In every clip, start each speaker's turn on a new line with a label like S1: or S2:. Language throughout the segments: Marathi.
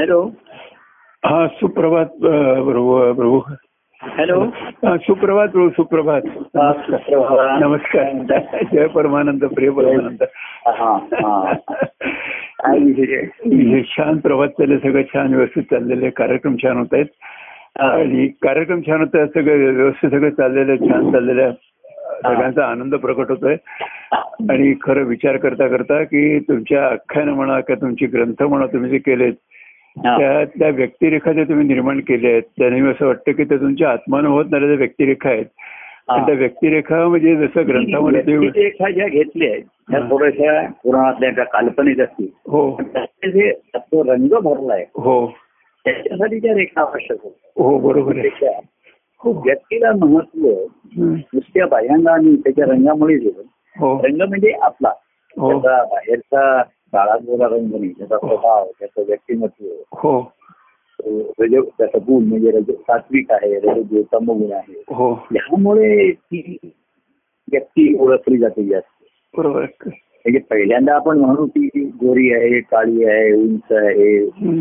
S1: हॅलो
S2: हा सुप्रभात अ, प्रभू प्रभू
S1: हॅलो
S2: हा, सुप्रभात प्रभू सुप्रभात
S1: हा, सुप्रभात.
S2: नमस्कार जय परमानंद प्रिय परमानंद
S1: हा हा काय विषय आहे?
S2: हे छान प्रभात चालले सगळं छान व्यवस्थित चाललेले कार्यक्रम छान होत आहेत
S1: हा.
S2: आणि कार्यक्रम छान होत आहेत सगळं व्यवस्थित सगळं चाललेलं आहे, छान चाललेलं आहे. सगळ्यांचा आनंद प्रकट होतोय आणि खरं विचार करता करता की तुमच्या आख्यानं म्हणा किंवा तुमचे ग्रंथ म्हणा तुम्ही जे केलेत
S1: हा.
S2: त्या त्या व्यक्तिरेखा ज्या तुम्ही निर्माण केल्या आहेत त्याने मी असं वाटतं की त्या तुमच्या आत्मानुभवात झालेल्या व्यक्तिरेखा आहेत आणि त्या व्यक्तिरेखा म्हणजे जसं ग्रंथामध्ये तुम्ही-
S1: व्यक्तिरेखा ज्या घेतल्या आहेत त्या
S2: हा.
S1: थोड्याशा पुराणातल्या ज्या काल्पनिक असतील
S2: हो
S1: पण त्याचे जे तो रंग भरलाय
S2: हो
S1: त्याच्यासाठी त्या रेखा आवश्यक होत्या
S2: हो बरोबर आहे
S1: त्याच्या
S2: हो
S1: व्यक्तीला महत्व
S2: हम्म.
S1: नुसत्या बाह्यांना आणि त्याच्या रंगामुळे दिलं
S2: हो
S1: रंग म्हणजे आपला
S2: हो
S1: त्याचा बाहेरचा काळातला रंग नाही त्याचा स्वभाव त्याचं व्यक्तिमत्व
S2: हो
S1: रज त्याचा गुण म्हणजे रज सात्विक आहे रज गुण आहे
S2: हो
S1: ह्यामुळे ती व्यक्ती ओळखली जाते जास्त
S2: बरोबर आहे.
S1: म्हणजे पहिल्यांदा आपण म्हणू की ती गोरी आहे काळी आहे उंच आहे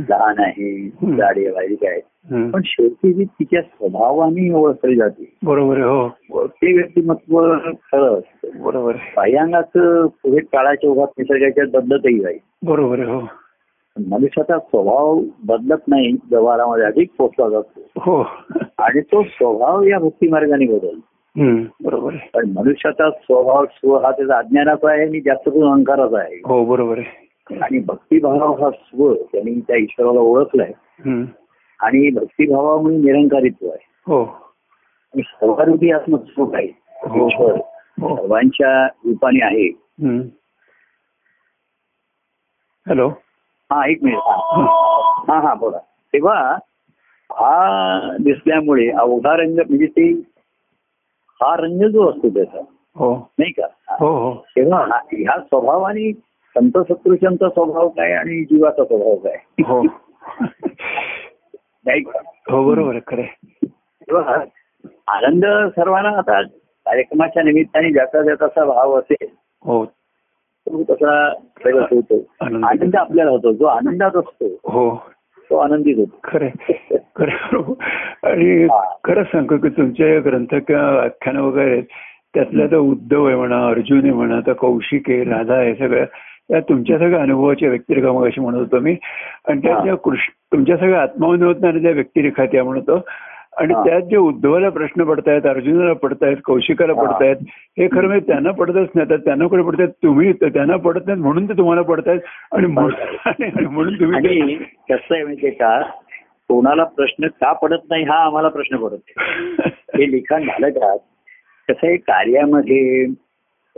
S1: लहान आहे जाडी बारीक आहे
S2: हम्म.
S1: पण शेवटी जी तिच्या स्वभावाने ओळखली जाते
S2: बरोबर आहे हो
S1: व ते व्यक्तिमत्व खरं असतं
S2: बरोबर आहे
S1: बाह्यांगाचं पुढे काळाच्या ओघात निसर्गाच्या बदलतही जाईल
S2: बरोबर आहे हो
S1: मनुष्याचा स्वभाव बदलत नाही व्यवहारामध्ये अधिक पोचला जातो
S2: हो
S1: आणि तो स्वभाव या भक्ती मार्गाने बदल
S2: हम्म. बरोबर आहे
S1: पण मनुष्याचा स्वभाव स्व हा त्याचा अज्ञानाचा आहे आणि जास्त करून अंकाराचा आहे
S2: हो बरोबर आहे
S1: आणि भक्तिभाव हा स्व त्यांनी त्या ईश्वराला ओळखलाय
S2: हम्म.
S1: आणि भक्तिभावामुळे निरंकारित्व आहे
S2: हो
S1: आणि सर्वारूपी आत्मस्वरूप आहे
S2: हो.
S1: ईश्वर
S2: हो
S1: सर्वांच्या रूपाने आहे
S2: हम्म. हॅलो
S1: हा एक मिनिट हा. हा हा बोला तेव्हा हा दिसल्यामुळे अवघा रंग म्हणजे ते हा रंग जो असतो त्याचा
S2: हो
S1: नाही का हा.
S2: हो हो
S1: तेव्हा हा- ह्या स्वभावाने संत सत्पुरुषांचा स्वभाव काय आणि जीवाचा स्वभाव काय
S2: हो
S1: नाही का
S2: हो बरोबर आहे खरे
S1: तेव्हा आनंद सर्वांना आता कार्यक्रमाच्या निमित्ताने ज्याचा ज्याचा असा भाव असेल
S2: हो
S1: तो तसा प्रगत होतो
S2: आनंद.
S1: आनंद आपल्याला होतो जो आनंदात असतो
S2: हो
S1: तो आनंदित होतो
S2: खरे खरे आणि खरं सांगतो की तुमच्या ग्रंथ किंवा व्याख्यान वगैरे त्यातल्या तर उद्धव आहे म्हणा अर्जुन आहे म्हणा तर कौशिक आहे राधा आहे सगळ्या त्या तुमच्या सगळ्या अनुभवाच्या व्यक्तिरेखा मग अशी म्हणत होतो मी आणि त्या
S1: हा.
S2: ज्या कृष्ण तुमच्या सगळ्या आत्मानुभवणाऱ्या ज्या व्यक्तिरेखा त्या म्हणतो आणि
S1: हा.
S2: त्यात जे उद्धवाला प्रश्न पडतायत अर्जुनाला पडतायत कौशिकाला
S1: हा.
S2: पडतायत हे खरं म्हणजे त्यांना पडतच नाही तर त्यांना कुठे पडतात तुम्ही तर त्यांना पडत नाहीत म्हणून ते तुम्हाला पडतायत आणि म्हणून आणि म्हणून तुम्ही ते-
S1: आणि कसं आहे माहितीये का कोणाला प्रश्न का पडत नाही हा आम्हाला प्रश्न पडत नाही. हे लिखाण झालं का कसं आहे कार्यामध्ये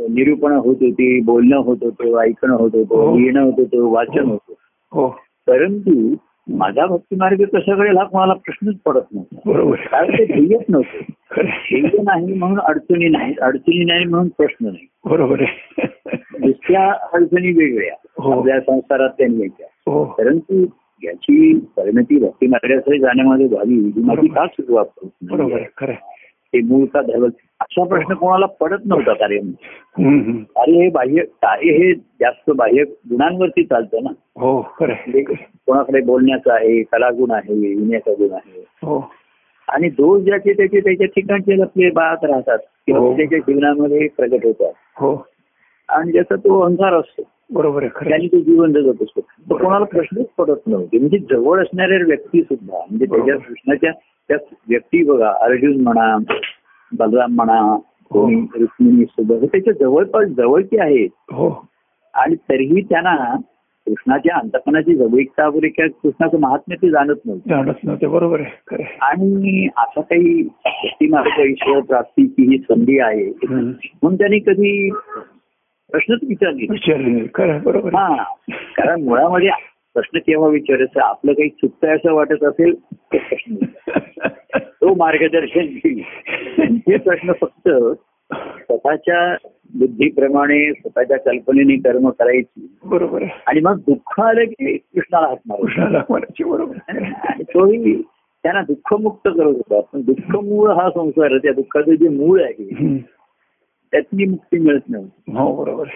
S1: निरूपण होत होती बोलणं होत होतं ऐकणं होत होतं
S2: हो.
S1: लिहिणं होत होतं वाचन होतं
S2: हो
S1: परंतु माझा भक्तिमार्ग कशाकडे हा कोणाला प्रश्नच पडत नव्हता
S2: बरोबर
S1: कारण ते ध्येयच नव्हतं
S2: खरं
S1: ध्येय नाही म्हणून अडचणी नाही अडचणी नाही म्हणून प्रश्न नाही
S2: बरोबर आहे
S1: दुसऱ्या अडचणी वेगळ्या
S2: हो.
S1: आपल्या संसारात त्यांनी येत्या
S2: हो
S1: परंतु याची परिणती भक्ती मार्गाकडे जाण्यामध्ये झाली ही माझी का सुरुवात होत
S2: बरोबर
S1: नाहीये?
S2: आहे खरं आहे.
S1: ते मूळ का धर्म असा प्रश्न कोणाला पडत नव्हता कार्य
S2: हम्म, हम्म.
S1: कार्य हे बाह्य कार्य हे जास्त बाह्य गुणांवरती चालतं ना
S2: हो खरं आहे.
S1: म्हणजे कोणाकडे बोलण्याचा आहे कलागुण आहे लिहिण्याचा गुण आहे
S2: हो
S1: आणि दोष ज्याचे त्याचे त्याच्या ठिकाणचे आपले बाळात राहतात
S2: हो.
S1: किंवा त्याच्या जीवनामध्ये प्रगट होतात
S2: हो
S1: आणि ज्याचा तो अंधार असतो
S2: बरोबर आहे खरं आहे.
S1: त्याने तो जीवन जगत असतो तो कोणाला प्रश्नच पडत नव्हते म्हणजे जवळ असणाऱ्या व्यक्ती सुद्धा म्हणजे त्याच्या
S2: बरोबर.
S1: कृष्णाच्या त्या व्यक्ती बघा अर्जुन म्हणा बलराम म्हणा कोणी रुक्मिणी सुद्धा हे त्याच्या जवळपास जवळचे आहेत
S2: हो
S1: आणि तरीही त्यांना कृष्णाच्या अंतपणाची जवळीकता वगैरे किंवा कृष्णाचं महात्म्य ते जाणत नव्हतं
S2: जाणत नव्हते बरोबर आहे खरं आहे.
S1: आणि असा काही व्यक्तिमार्ग ईश्वर प्राप्तीची ही संधी आहे
S2: हम्म.
S1: म्हणून त्यांनी कधी प्रश्नच विचारले नाही.
S2: विचारले नाही खरं आहे, बरोबर आहे.
S1: हा कारण मुळामध्ये प्रश्न केव्हा विचारायचं आपलं काही चुकतंय असं वाटत असेल तर प्रश्न विचार. तो मार्गदर्शन घेईल हे प्रश्न फक्त स्वतःच्या बुद्धीप्रमाणे स्वतःच्या कल्पनेने कर्म करायची
S2: बरोबर आहे
S1: आणि मग दुःख आलं की कृष्णाला हात मारू
S2: कृष्णाला म्हणायची बरोबर आहे.
S1: आणि तोही त्यांना दुःखमुक्त करत होता पण दुःख मूळ हा संसार आहे. त्या दुःखाचं जे मूळ आहे
S2: हम्म.
S1: त्यातली मुक्ती मिळत नव्हती
S2: हो बरोबर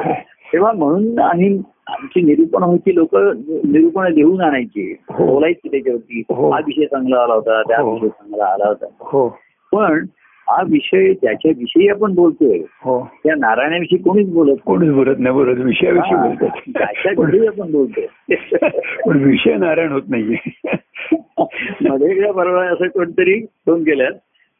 S2: आहे
S1: तेव्हा म्हणून आम्ही आमची निरूपण व्हायची लोक निरूपण लिहून आणायची
S2: हो.
S1: बोलायची त्याच्यावरती
S2: हो.
S1: हा विषय चांगला आला होता त्या
S2: हो.
S1: विषय चांगला आला होता
S2: हो
S1: पण हा विषय ज्याच्याविषयी आपण बोलतोय
S2: हो
S1: त्या नारायणाविषयी कोणीच बोलत नाही.
S2: कोणीच बोलत नाही बोलत विषयाविषयी
S1: हा,
S2: बोलतात
S1: त्याच्याविषयी आपण बोलतोय
S2: पण विषय नारायण होत नाहीये
S1: मध्ये एकदा बरोबर असं कोणतरी फोन केलं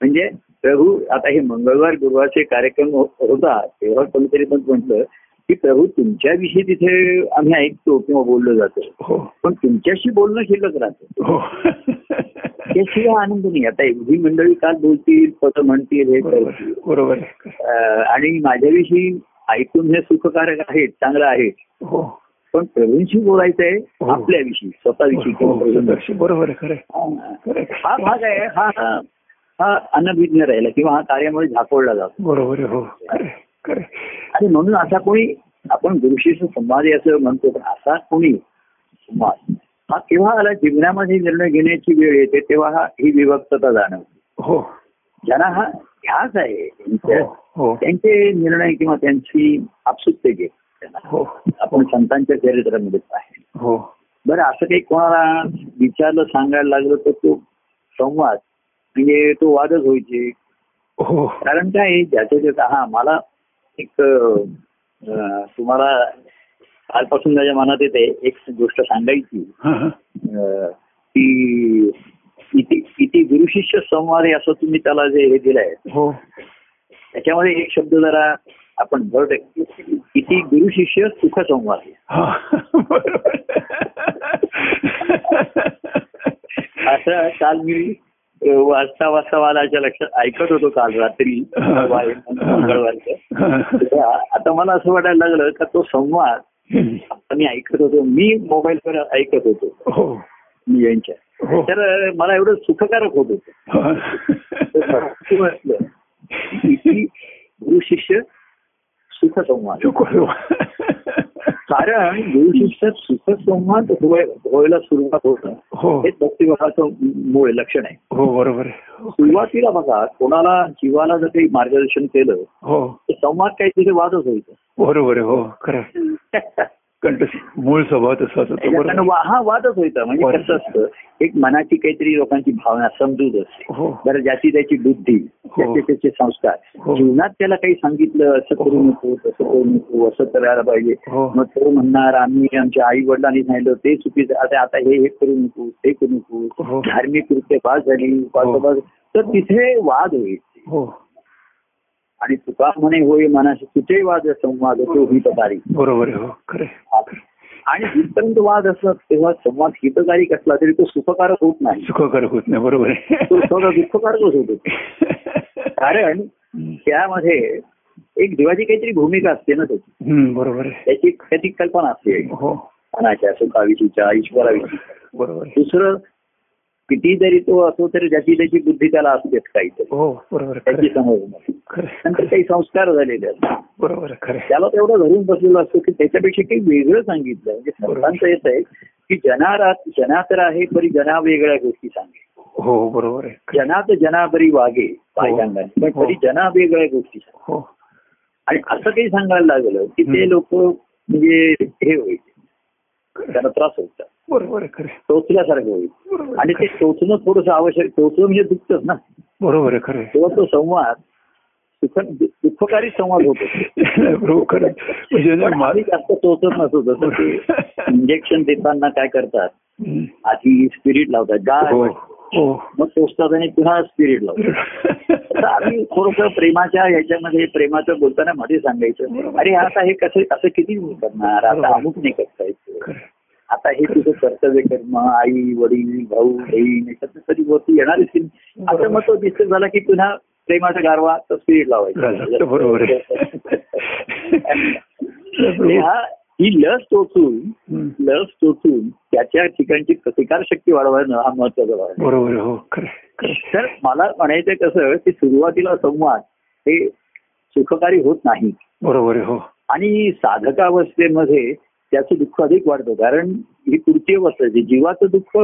S1: म्हणजे प्रभू आता हे मंगळवार गुरुवारचे कार्यक्रम हो- होता तेव्हा कोणीतरी पण म्हटलं की प्रभू तुमच्याविषयी तिथे आम्ही ऐकतो किंवा बोललो जातो
S2: हो
S1: पण तुमच्याशी बोलणं शिल्लक राहतं
S2: हो
S1: त्याशिवाय आनंद नाही आता एवढी मंडळी काल बोलतील पद म्हणतील हे
S2: बरोबर
S1: करतील
S2: बरोबर आहे.
S1: अं, आणि माझ्याविषयी ऐकून हे सुखकारक आहेत चांगलं आहे
S2: हो
S1: पण प्रभूंशी बोलायचं
S2: हो.
S1: आहे आपल्याविषयी स्वतःविषयी
S2: हो,
S1: किंवा प्रभूंविषयी.
S2: संदर्श, बरोबर आहे खरं आहे.
S1: हा.
S2: खरं आहे.
S1: हा भाग आहे हा हा- हा अनभिज्ञ राहिला किंवा हा कार्यामुळे झाकोळला जातो
S2: बरोबर आहे हो खरं आहे, खरं आहे.
S1: आणि म्हणून असा कोणी आपण गुरुशिष्य संवाद आहे असं म्हणतो पण असा कोणी संवाद हा केव्हा आला जीवनामध्ये निर्णय घेण्याची वेळ येते तेव्हा हा ही विभक्तता जाणवते
S2: हो
S1: ज्यांना हा ह्याच आहे
S2: हो
S1: त्यांच्या-
S2: हो
S1: त्यांचे निर्णय किंवा त्यांची आपसुकते घे त्यांना
S2: हो
S1: आपण संतांच्या चरित्रामध्ये आहे
S2: हो
S1: बरं असं काही कोणाला विचारलं सांगायला लागलं तर तो संवाद म्हणजे तो वादच व्हायचे
S2: हो
S1: कारण काय आहे, ज्याच्या त्याचा हा मला एक अं, तुम्हाला कालपासून माझ्या मनात येते एक गोष्ट सांगायची
S2: हा, हा.
S1: अं, की इति इति गुरुशिष्य संवाद आहे असं तुम्ही त्याला जे हे दिलंय
S2: हो
S1: त्याच्यामध्ये एक शब्द जरा आपण भर टाकू. इति गुरुशिष्य सुख संवाद आहे.
S2: हा बरोबर
S1: असं काल मी अं, वाचता वाचता वालाच्या लक्षात ऐकत होतो काल रात्री मंगळवारी- मंगळवारचं तेव्हा आता मला असं वाटायला लागलं का तो संवाद आता मी ऐकत होतो मी मोबाईलवर ऐकत होतो
S2: हो
S1: मी यांच्या
S2: हो
S1: तर मला एवढं सुखकारक होत होतं तर ते म्हटलं, की गुरुशिष्य सुखसंवाद कारण गुरुशिष्यात सुखसंवाद होय- व्हायला सुरुवात होतं
S2: हो
S1: हे भक्तिभावाचं मूळ लक्षण आहे
S2: हो बरोबर आहे.
S1: सुरुवातीला बघा कोणाला जीवाला जर काही मार्गदर्शन केलं
S2: हो
S1: तर संवाद काही तिथे वादच व्हायचा
S2: बरोबर आहे हो खरं आहे. कारण तो मूळ स्वभाव तसा असतो तो
S1: कारण
S2: बरोबर
S1: वा- हा वादच व्हायचा म्हणजे
S2: बरोबर.
S1: कसं असतं एक मनाची काहीतरी लोकांची भावना समजूत असते
S2: हो
S1: बरं ज्याची त्याची बुद्धी त्याचे त्याचे
S2: हो.
S1: संस्कार जीवनात त्याला काही सांगितलं असं करू नको तसं करू नको असं करायला पाहिजे
S2: हो
S1: मग तो म्हणणार आम्ही आमच्या आई वडिलांनी सांगितलं ते चुकीचं आता आता हे हे करू नको ते करू
S2: हो.
S1: नको धार्मिक कृत्य पास झाली
S2: हो.
S1: उपासोपास तर तिथे वाद होईल
S2: हो
S1: आणि तुका म्हणे होय मनाशी कुठेही वाद संवाद होतो हितकारी
S2: बरोबर आहे हो खरं आहे.
S1: आणि जिथपर्यंत वाद असला तेव्हा संवाद हितकारी असला तरी तो सुखकारक होत नाही
S2: सुखकारक होत नाही बरोबर आहे
S1: तो सगळं दुःखकारकच होतो कारण त्यामध्ये एक देवाची काहीतरी भूमिका असते ना त्याची
S2: हम्म, बरोबर आहे
S1: त्याची त्याची कल्पना असते
S2: हो
S1: मनाच्या सुखाविषयीच्या ईश्वराविषयी
S2: बरोबर आहे.
S1: दुसरं किती जरी तो असो तरी ज्याची त्याची बुद्धी त्याला असतेच काहीतरी
S2: हो बरोबर आहे. खरं
S1: त्याची
S2: आहे.
S1: समज नाही.
S2: खरं आहे.
S1: नंतर काही संस्कार झालेले असतात
S2: बरोबर आहे. खरं आहे.
S1: त्याला तेवढं धरून बसलेला असतो की त्याच्यापेक्षा काही वेगळं सांगितलं म्हणजे संतांचं येत आहे की जनारात जना तर आहे परी जना वेगळ्या गोष्टी सांगे
S2: हो बरोबर आहे खरं आहे.
S1: जनात जना परी वागे पायदांगाने पण
S2: हो.
S1: परी जना वेगळ्या गोष्टी सांगे
S2: हो
S1: आणि असं काही सांगायला लागलं की
S2: हं.
S1: ते लोक म्हणजे हे होईल त्यांना त्रास होईल
S2: बरोबर आहे खरं आहे.
S1: टोचल्यासारखं होईल
S2: बरोबर
S1: आणि
S2: आहे.
S1: ते टोचणं थोडंसं आवश्यक टोचणं म्हणजे दुखतच ना
S2: बरोबर आहे खरं आहे.
S1: तेव्हा तो संवाद सुख दुःखकारी संवाद होतो
S2: बरोबर खरं आहे. म्हणजे ना
S1: पण
S2: मा- हो.
S1: आधी जास्त टोचत नसतो जसं ते इंजेक्शन देताना काय करतात
S2: हम्म.
S1: आधी स्पिरिट लावतात गाय
S2: हो हो
S1: मग टोचतात आणि पुन्हा स्पिरिट लावतात तर आम्ही थोडस प्रेमाच्या याच्यामध्ये प्रेमाचं बोलताना मध्ये सांगायचं अरे आता हे कसं असं किती करणार आता अमुक नाही करता येत
S2: खरं आहे.
S1: आता हे तुझं कर्तव्य कर्म आई वडील भाऊ बहीण याच्यातनं कधी वरती येणारच की नाही.
S2: बरोबर.
S1: असं मग तो डिस्टर्ब झाला की पुन्हा प्रेमाचा गारवा तर स्पिरिट
S2: झालं. बरोबर आहे
S1: ते हा- ही लस टोचून
S2: हम्म.
S1: लस टोचून त्याच्या ठिकाणची प्रतिकार शक्ती वाढवणं हा महत्वाचा भाग आहे.
S2: बरोबर आहे. हो खरं आहे. खरं आहे.
S1: तर मला म्हणायचं कसं की सुरुवातीला संवाद हे सुखकारी होत नाही
S2: बरोबर आहे. हो
S1: आणि साधकावस्थेमध्ये त्याचं दुःख अधिक वाढतं कारण ही पुढची अवस्था आहे. जीवाचं दुःख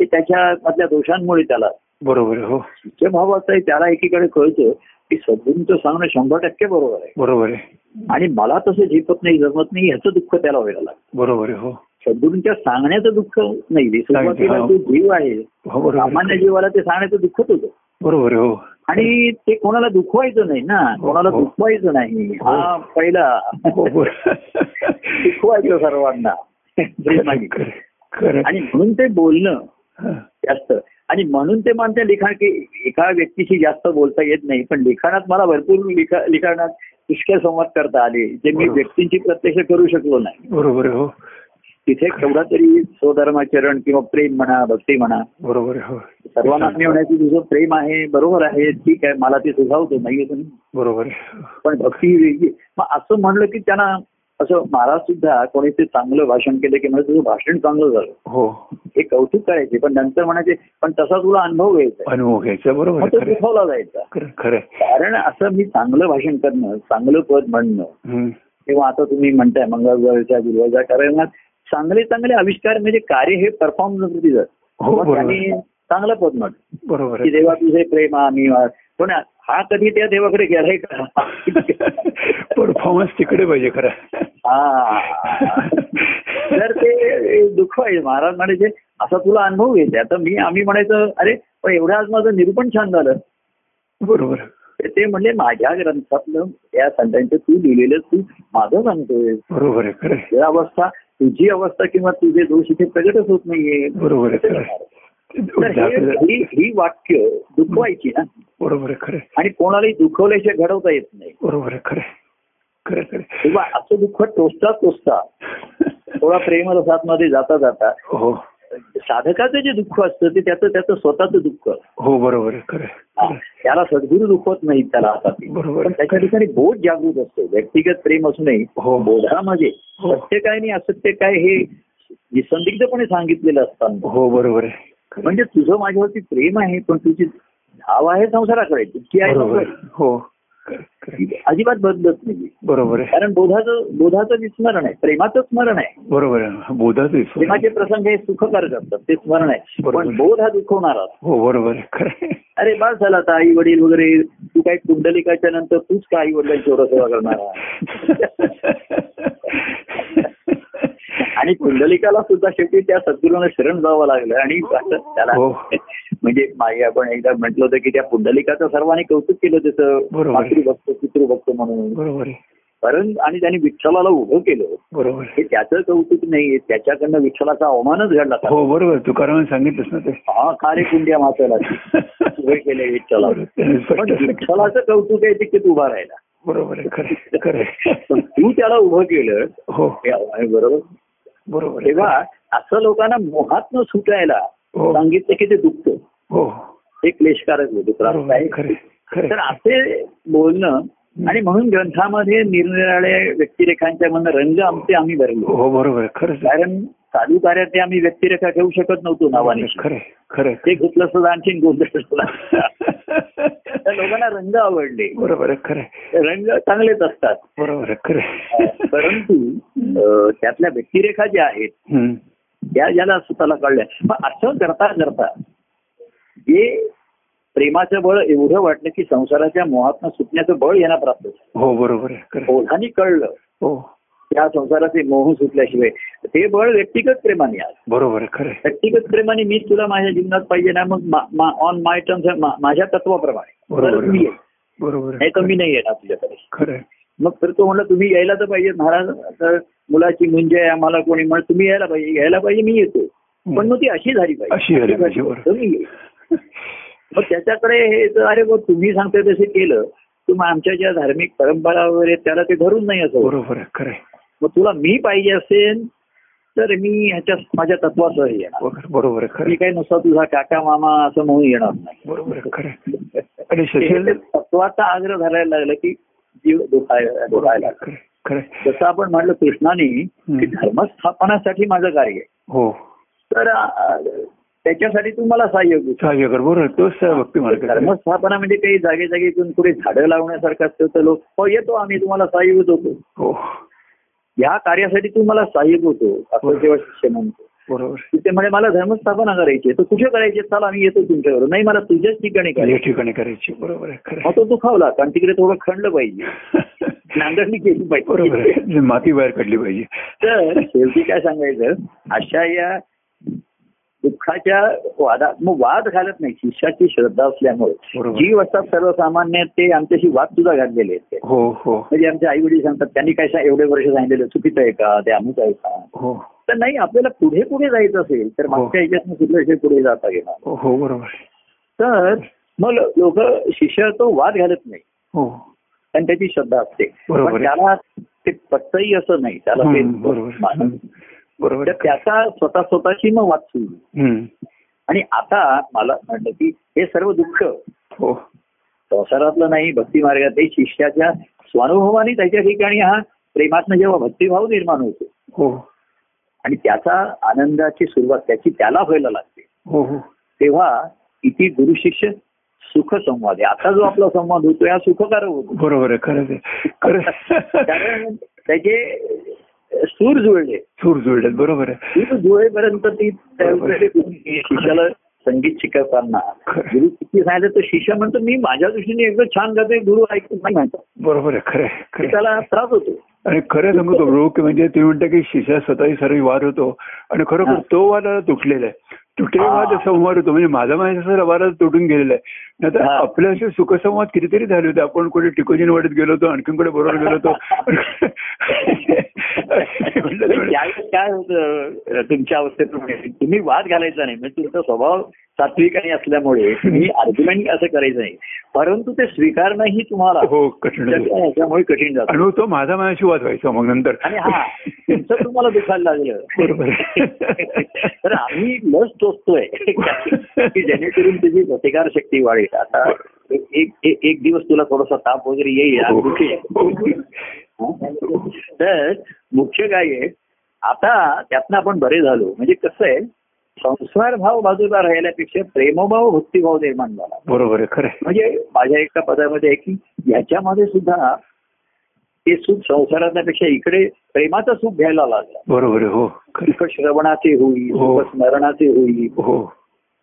S1: हे त्याच्या मधल्या दोषांमुळे त्याला
S2: बरोबर आहे. हो
S1: जे भाव असतं त्याला एकीकडे कळतं की सद्गुरूंचं सांगणं शंभर टक्के बरोबर आहे
S2: बरोबर आहे
S1: आणि मला तसं झेपत नाही जमत नाही ह्याचं दुःख त्याला व्हायला लागतं
S2: बरोबर आहे हो
S1: सद्गुरूंच्या सांगण्याचं दुःख नाही ते सुरुवातीला
S2: सांगितलं,
S1: जो जीव आहे
S2: हो बरोबर
S1: सामान्य
S2: आहे.
S1: जीवाला ते सांगण्याचं दुःखच होतं
S2: बरोबर आहे हो
S1: आणि ते कोणाला दुखवायचं नाही ना कोणाला
S2: हो.
S1: दुखवायचं नाही हा पहिला
S2: बरोबर
S1: दुखवायचं सर्वांना ते नाही.
S2: खरं, खरं.
S1: आणि म्हणून ते बोलणं
S2: हा,
S1: जास्त आणि म्हणून ते मानते लिखाण की एका व्यक्तीशी जास्त बोलता येत नाही पण लिखाणात मला भरपूर लिखा- लिखाणात पुष्कळ संवाद करता आले जे मी
S2: बरोबर.
S1: व्यक्तींची प्रत्यक्ष करू शकलो नाही
S2: बरोबर आहे हो
S1: तिथे केवढा तरी स्वधर्माचरण किंवा प्रेम म्हणा भक्ती म्हणा
S2: बरोबर आहे हो
S1: सर्वांना मी म्हणायचं तुझं प्रेम आहे बरोबर आहे ठीक आहे मला ते सुझावतो नाही असं नाही.
S2: बरोबर आहे हो.
S1: पण भक्ती ही वेगळी मग असं म्हणलं की त्यांना असं महाराज सुद्धा कोणी ते चांगलं भाषण केलं की म्हणजे तुझं भाषण चांगलं झालं
S2: हो
S1: हे कौतुक करायचे पण नंतर म्हणायचे पण तसा तुला अनुभव घ्यायचा आहे.
S2: अनुभव घ्यायचा बरोबर
S1: मग
S2: आहे
S1: तो
S2: खरं आहे.
S1: दुखावला जायचा
S2: खरं खरं आहे.
S1: कारण असं मी चांगलं भाषण करणं चांगलं पद म्हणणं
S2: हम्म.
S1: किंवा आता तुम्ही म्हणताय मंगळवारच्या गुरुवारच्या कार्यक्रमात चांगले चांगले आविष्कार म्हणजे कार्य हे परफॉर्मन्स जात
S2: हो
S1: मग
S2: बरोबर
S1: त्यांनी चांगलं पद म्हणलं
S2: बरोबर
S1: की
S2: आहे.
S1: देवा तुझे प्रेम आम्ही वा- पण हा कधी त्या देवाकडे गेलाय का
S2: परफॉर्मन्स तिकडे पाहिजे खरं
S1: हा तर ते दुःख आहे महाराज म्हणायचे असा तुला अनुभव घ्यायचा आता मी आम्ही म्हणायचं अरे पण एवढं आज माझं निरूपण छान झालं
S2: बरोबर
S1: तर ते म्हणले माझ्या ग्रंथातलं या संतांचं तू लिहिलेलं तू माझं सांगतोय
S2: बरोबर आहे खरं आहे.
S1: या अवस्था तुझी अवस्था किंवा तुझे दोष इथे प्रगटच होत नाहीये
S2: बरोबर आहे खरं आहे.
S1: तर हे-
S2: दाखल-
S1: ही- ही वाक्य दुखवायची ना
S2: बरोबर आहे खरं आहे.
S1: आणि कोणालाही दुखवल्याशिवाय घडवता येत नाही
S2: बरोबर आहे खरं आहे. खरं खरं आहे.
S1: किंवा असं दुःख टोचता टोचता थोडा प्रेमरसात मध्ये जाता जाता
S2: हो
S1: साधकाचं जे दुःख असतं ते त्याचं त्याचं स्वतःचं दुःख असतं.
S2: हो बरोबर आहे खरं आहे.
S1: हा. त्याला सद्गुरू दुखवत नाही त्याला आता ते.
S2: बरोबर
S1: पण त्याच्या ठिकाणी बोध जागृत असतो व्यक्तिगत प्रेम असूनही
S2: हो
S1: बोधामध्ये
S2: हो.
S1: सत्य काय आणि असत्य काय हे निसंदिग्धपणे सांगितलेलं असताना
S2: हो बरोबर आहे खरं आहे.
S1: म्हणजे तुझं माझ्यावरती प्रेम आहे पण तुझी धाव आहे संसाराकडे इतकी आहे
S2: बरोबर
S1: संसाराकडे.
S2: आहे. हो खरं आहे, खरं आहे.
S1: ती अजिबात बदलत नाही
S2: बरोबर आहे
S1: कारण बोधाचं बोधाचं विस्मरण आहे प्रेमाचं स्मरण आहे
S2: बरोबर आहे बोधाच विसरू
S1: प्रेमाचे प्रसंग हे सुखकारक असतात ते स्मरण आहे
S2: हो. बरोबर.
S1: पण बोध हा दुखवणारा असतो.
S2: हो बरोबर आहे खरं आहे.
S1: अरे बस झाला आता आई वडील वगैरे तू काय कुंडलिकाच्या नंतर तूच का आई वडिलांची सेवा करणार आहे? आणि कुंडलिकाला सुद्धा शेवटी त्या सद्गुरूंना शरण जावं लागलं आणि असं त्याला
S2: हो.
S1: म्हणजे मागे आपण एकदा म्हटलं होतं की त्या पुंडलिकाचं सर्वांनी कौतुक केलं त्याचं
S2: बरोबर.
S1: मातृभक्त पितृभक्त म्हणून
S2: बरोबर आहे
S1: कारण आणि त्यांनी विठ्ठलाला उभं केलं
S2: बरोबर आहे
S1: हे त्याचं कौतुक नाहीये त्याच्याकडनं विठ्ठलाचा अवमानच घडला का?
S2: हो बरोबर तुकारामाने सांगितलंच ना ते
S1: हा का रे कुंड्या माताला उभे केले विठ्ठला
S2: बरोबर. त्याने
S1: पण
S2: स्पष्ट सांगितलं.
S1: विठ्ठलाचं कौतुक आहे तिकीट उभा राहिला
S2: बरोबर आहे खरं आहे, खरं
S1: पण
S2: आहे.
S1: तू त्याला उभं केलं
S2: हो
S1: हे आहे बरोबर
S2: बरोबर आहे.
S1: तेव्हा असं लोकांना मोहात न सुटायला
S2: हो
S1: सांगितलं की ते दुखतं
S2: हो
S1: हे क्लेशकारक होतो त्रास
S2: बरोबर
S1: आहे
S2: हो, आहे खरे खरे
S1: तर असे बोलणं आणि म्हणून ग्रंथामध्ये निरनिराळ्या व्यक्तिरेखांच्या मधनं रंग आमचे आम्ही भरलो
S2: हो बरोबर आहे खरंच आहे.
S1: कारण चालू कार्यात ते आम्ही व्यक्तिरेखा घेऊ शकत नव्हतो नावाने
S2: हो, खरं आहे, खरं आहे.
S1: ते घेतलं असतं तर आणखीन गोंधळ झाला असता. तर लोकांना रंग आवडले
S2: बरोबर आहे खरं आहे.
S1: रंग चांगलेच असतात
S2: बरोबर आहे खरं आहे.
S1: परंतु अ, त्यातल्या व्यक्तिरेखा ज्या आहेत
S2: हम्म.
S1: त्या ज्याला स्वतःला कळल्या मग असं करता करता हे प्रेमाचं बळ एवढं वाटलं की संसाराच्या मोहातनं सुटण्याचं बळ यांना प्राप्त झालं
S2: हो बरोबर आहे खरं आहे.
S1: ओढानी कळलं
S2: हो
S1: त्या संसाराचे मोह सुटल्याशिवाय ते बळ व्यक्तिगत प्रेमाने आलं
S2: बरोबर आहे खरं आहे.
S1: व्यक्तिगत प्रेमाने मी तुला माझ्या जीवनात पाहिजे ना मग ऑन माय टर्म्स माझ्या तत्वाप्रमाणे
S2: बरोबर
S1: तर मी
S2: आहे.
S1: येईन.
S2: बरोबर आहे
S1: नाही तर मी नाही येणार तुझ्याकडे
S2: खरं आहे.
S1: मग तर तो म्हणला तुम्ही यायला तर पाहिजे महाराज तर मुलाची मुंज आहे आम्हाला कोणी म्हण तुम्ही यायला पाहिजे यायला पाहिजे मी येतो पण मग ती अशी झाली पाहिजे
S2: अशी झाली पाहिजे, बरोबर.
S1: तर मी येईन. मग त्याच्याकडे हे तर अरे मग तुम्ही सांगताय तसे केलं तर मग आमच्या ज्या धार्मिक परंपरा वगैरे आहेत, त्याला ते धरून नाही असं होत.
S2: बरोबर आहे खरं आहे.
S1: मग तुला मी पाहिजे असेल तर मी ह्याच्या माझ्या तत्वासह येणार
S2: बरोबर- बरोबर आहे खरं
S1: मी
S2: आहे.
S1: काय नुसता तुझा काका मामा असं म्हणून येणार नाही
S2: बरोबर आहे खरं आहे. आणि
S1: हे ते
S2: शशील
S1: तत्वाचा आग्रह धरायला लागला की जीव दुखायला दुखायला लागला.
S2: खरं आहे, खरं आहे.
S1: जसं आपण म्हणलं कृष्णाने की धर्मस्थापनासाठी माझं कार्य आहे.
S2: हो
S1: तर अं, त्याच्यासाठी तू मला सहाय्य करू
S2: सहाय्य कर बरोबर आहे. तोच भक्ती मार्ग आहे.
S1: धर्मस्थापना म्हणजे काही जागे जागी कुठे झाडं लावण्यासारखं असतं तर लोक हो येतो आम्ही तुम्हाला सहाय्य होतो
S2: हो
S1: या कार्यासाठी तू मला सहाय्य होतो असं
S2: बरोबर.
S1: जेव्हा शिष्य म्हणतो
S2: बरोबर
S1: तिथे म्हणे मला धर्मस्थापना करायची आहे. तर कुठे करायची आहे? चला आम्ही येतो तुमच्यावर नाही मला तुझ्याच ठिकाणी
S2: या
S1: करायची
S2: ठिकाणी करायची बरोबर आहे खरं
S1: मग
S2: आहे.
S1: तो दुखावला कारण तिकडे थोडं खणलं पाहिजे नांगरणी केली
S2: बरोबर
S1: पाहिजे
S2: आहे म्हणजे माती बाहेर काढली पाहिजे
S1: तर शेवटी काय सांगायचं अशा या दुःखाच्या वादात मग वाद घालत नाही शिष्याची श्रद्धा असल्यामुळे
S2: बरोबर.
S1: जीव असतात सर्वसामान्य ते आमच्याशी वाद सुद्धा घातलेले आहेत
S2: हो हो
S1: म्हणजे आमचे आई वडील सांगतात त्यांनी काय सा- एवढे वर्ष सांगितलेलं चुकीचं आहे का ते अमुक आहे का
S2: हो
S1: तर नाही आपल्याला पुढे पुढे जायचं असेल तर
S2: हो.
S1: मागच्या ह्याच्यातनं सुद्धा असे पुढे जाता येणार
S2: हो बरोबर आहे.
S1: तर मग लोक शिष्य तो वाद घालत नाही
S2: हो
S1: कारण त्याची श्रद्धा असते
S2: बरोबर
S1: पण
S2: आहे.
S1: त्याला ते पटतही असं नाही त्याला ते
S2: हम्म, बरोबर
S1: मानत
S2: हम्म,
S1: नाही.
S2: बरोबर
S1: तर त्याचा स्वतः स्वतःशी मग वाद सुरू
S2: हम्म,
S1: आणि आता मला म्हणलं की हे सर्व दुःख
S2: हो
S1: संसारातलं नाही भक्ती मार्गात हे शिष्याच्या स्वानुभवाने त्याच्या ठिकाणी हा प्रेमातनं जेव्हा भक्तिभाव निर्माण होतो
S2: हो
S1: आणि त्याचा आनंदाची सुरुवात त्याची त्याला व्हायला लागते
S2: हो हो
S1: तेव्हा इथे गुरु शिष्य सुख संवाद आहे आता जो आपला संवाद होतो हा सुखकारक होतो
S2: बरोबर आहे खरंच आहे खरं
S1: कारण त्याचे सूर जुळले
S2: सूर जुळलेत बरोबर आहे
S1: सूर जुळेपर्यंत ती
S2: बरोबर.
S1: शिष्याला संगीत शिकवताना
S2: खरं.
S1: गुरु किती सांगितलं तर शिष्य म्हणतो मी माझ्या दृष्टीने एकदम छान गाते गुरु ऐकत नाही म्हणतात
S2: बरोबर आहे खरं आहे,
S1: की
S2: खरं आहे.
S1: त्याला त्रास होतो
S2: आणि खरं सांगू तो प्रभू की म्हणजे तुम्ही म्हणता की शिशा स्वतःही सर्व वाद होतो आणि खरोखर
S1: हा.
S2: तो वाद आता तुटलेला आहे तुटलेला
S1: हा.
S2: वाद संवाद होतो म्हणजे माझा माझ्या वाद आता तुटून गेलेला आहे नाहीतर
S1: हा.
S2: आपले असे सुखसंवाद कितीतरी झाले होते आपण कुठे टिकोजीन वाढत गेलो होतो आणखीन कुठे बरोबर गेलो होतो
S1: त्यावेळेस काय होतं तुमच्या अवस्थेप्रमाणे तुम्ही वाद घालायचा नाही म्हणजे तुमचा स्वभाव सात्विक आणि असल्यामुळे तुम्ही आर्ग्युमेंट असं करायचं नाही परंतु ते स्वीकारणं ही तुम्हाला
S2: हो कठीण
S1: त्याच्या-
S2: होतं.
S1: त्याच्यामुळे कठीण जातं
S2: आणि तो माझा माझ्याशी वाद व्हायचा मग नंतर
S1: आणि हा तुमचं तुम्हाला दुखायला लागलं
S2: बरोबर.
S1: तर आम्ही लस टोचतोय की जेणेकरून तुझी प्रतिकार शक्ती वाढेल आता एक एक- एक दिवस तुला थोडासा ताप वगैरे येईल
S2: हो.
S1: आज दुखेल. तर मुख्य काय आहे आता त्यातनं आपण बरे झालो म्हणजे कसं आहे संसार भाव बाजूला राहिल्यापेक्षा प्रेमभाव भक्तिभाव निर्माण झाला
S2: बरोबर आहे खरं आहे.
S1: म्हणजे माझ्या एका पदामध्ये आहे की याच्यामध्ये सुद्धा ते सुख संसारातल्यापेक्षा इकडे प्रेमाचं सुख घ्यायला लागलं
S2: बरोबर आहे हो खरं
S1: सुख श्रवणाचे होई
S2: हो.
S1: सुख स्मरणाचे होई
S2: आहे. हो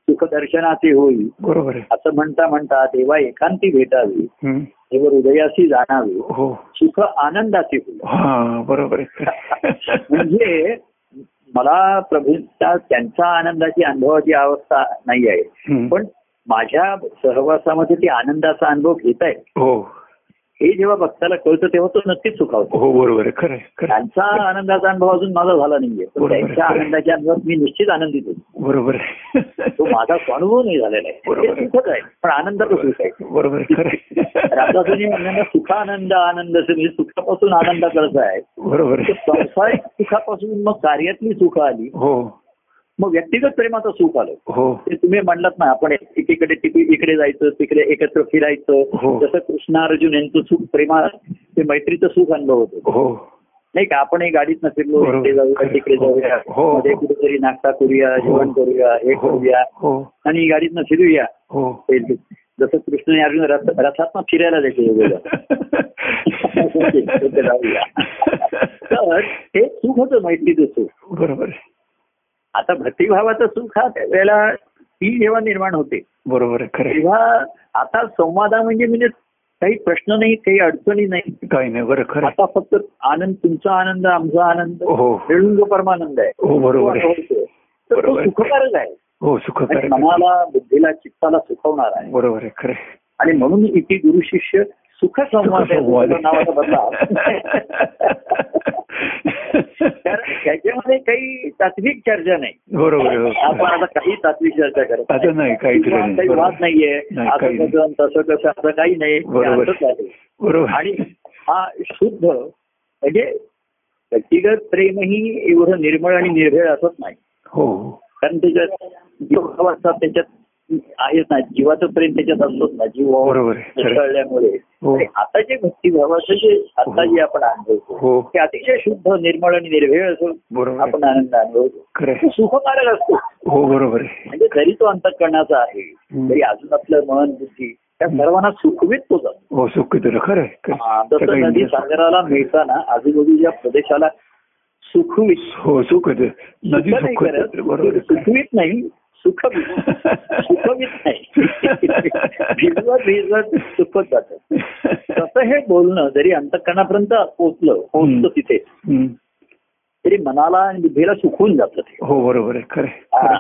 S1: सुख दर्शनाचे होई
S2: बरोबर आहे
S1: असं म्हणता म्हणता तेव्हा एकांती भेटावी
S2: हम्म.
S1: तेव्हा हृदयाशी जाणावे
S2: हो
S1: सुख आनंदाचे होई
S2: हा बरोबर आहे
S1: म्हणजे मला प्रभूंचा त्यांचा आनंदाची अनुभवाची अवस्था नाही आहे
S2: हम्म.
S1: पण माझ्या सहवासामध्ये ते आनंदाचा अनुभव घेत आहे
S2: हो
S1: हे जेव्हा भक्ताला कळतं तेव्हा तो नक्कीच सुखावतो
S2: हो बरोबर आहे खरं आहे, खरं आहे.
S1: त्यांचा आनंदाचा अनुभव अजून माझा झाला नाहीये पण
S2: बरोबर.
S1: त्यांच्या आनंदाच्या अनुभवात मी निश्चित आनंदित होतो
S2: बरोबर आहे
S1: तो माझा स्वानुभव नाही झालेला आहे
S2: बरोबर.
S1: ते सुखच आहे पण आनंदाचं सुख आहे
S2: बरोबर आहे खरं
S1: रामदासांनी
S2: आहे.
S1: म्हणण्याला सुख आनंद आनंद असं म्हणजे सुखापासून आनंदाकडचं आहे
S2: बरोबर
S1: तर
S2: आहे
S1: संसारिक सुखापासून मग कार्यातली सुख आली
S2: हो
S1: मग व्यक्तिगत प्रेमाचं सुख आलं
S2: हो
S1: ते तुम्ही म्हणलात ना आपण एकीकडे तिकडे- इकडे जायचं तिकडे एकत्र
S2: हो.
S1: फिरायचं जसं कृष्णा अर्जुन यांचं सुख प्रेमा ते मैत्रीचं सुख अनुभव होतं
S2: हो
S1: नाही का आपणही गाडीत फिरलो
S2: बरोबर.
S1: इकडे जाऊया तिकडे जाऊया
S2: हो.
S1: मध्ये कुठेतरी नाश्ता करूया
S2: हो.
S1: जेवण करूया हे
S2: हो
S1: करूया
S2: हो
S1: आणि गाडीतनं फिरूया
S2: हो
S1: जसं कृष्ण आणि अर्जुन रथ रथातनं फिरायला जायचे वेगवेगळं. तिथे जाऊया. तर ते सुख होतं मैत्रीचं सुख
S2: बरोबर आहे
S1: आता भक्तिभावाचं सुख हा त्यावेळेला ती जेव्हा निर्माण होते
S2: बरोबर आहे खरं आहे.
S1: तेव्हा आता संवादा म्हणजे म्हणजे काही प्रश्न नाही काही अडचणी नाही
S2: काही नाही बरं खरं आहे.
S1: आता फक्त आनंद तुमचा आनंद आमचा आनंद
S2: हो
S1: मिळून जो परमानंद आहे
S2: हो बरोबर
S1: तो
S2: आहे
S1: अनुभवतोय. तर तो
S2: बरोबर.
S1: सुखकारक आहे
S2: हो
S1: आणि
S2: सुखकारक आहे. हो.
S1: मनाला बुद्धीला चित्ताला सुखवणार आहे
S2: बरोबर आहे खरं आहे.
S1: आणि म्हणून इथे गुरु शिष्य सुख संवाद आहे
S2: सुखसंवाद.
S1: गुरुचा नावाचा बदला कारण त्याच्यामध्ये काही तात्विक चर्चा नाही
S2: बरोबर आहे,
S1: आपण
S2: हो.
S1: आता काही तात्विक चर्चा करत
S2: आता नाही काही केलं नाही
S1: काही वाद
S2: बरोबर.
S1: नाहीये
S2: नाही,
S1: असं
S2: काही नाही.
S1: कसं तसं कसं असं काही नाही हे
S2: बरोबर.
S1: असंच आहे.
S2: बरोबर
S1: आणि हा शुद्ध म्हणजे व्यक्तिगत प्रेमही एवढं निर्मळ आणि निर्भेळ असत नाही
S2: हो
S1: कारण त्याच्यात जीव असतात त्याच्यात आहेच ना जीवाचं प्रेम त्याच्यात असत ना जीव
S2: बरोबर आहे, खरं.
S1: मिसळल्यामुळे
S2: हो.
S1: आणि आता जे भक्तिभावाचं जे आता जे आपण अनुभवतो
S2: हो.
S1: ते अतिशय शुद्ध निर्मळ आणि निर्भेळ असं
S2: बरोबर आहे.
S1: आपण आनंद अनुभवतो
S2: खरं
S1: तो
S2: आहे.
S1: सुखकारक असतो
S2: हो बरोबर आहे
S1: म्हणजे जरी तो अंतकरणाचा आहे
S2: हम्म.
S1: तरी अजून आपलं मन बुद्धी त्या सर्वांना सुखवीत तो जातो
S2: हो सुख तुला खरं आहे खरं
S1: हा,
S2: आहे.
S1: तसं
S2: सगळं
S1: नदी
S2: इंद्रिय-
S1: सागराला मिळताना आजूबाजूच्या प्रदेशाला सुखवीत
S2: हो सुख दे. नदी
S1: सुख नाही
S2: सुख
S1: करत.
S2: देते, बरोबर आहे.
S1: सुखवीत नाही सुखवीत सुखवीत नाही भिजवत भिजवत सुखत जात तसं हे बोलणं जरी अंतकरणापर्यंत पोचलं पोचलं
S2: हम्म.
S1: तिथे
S2: हम्म.
S1: तरी मनाला आणि बुद्धीला सुखून जातं ते
S2: हो बरोबर आहे खरे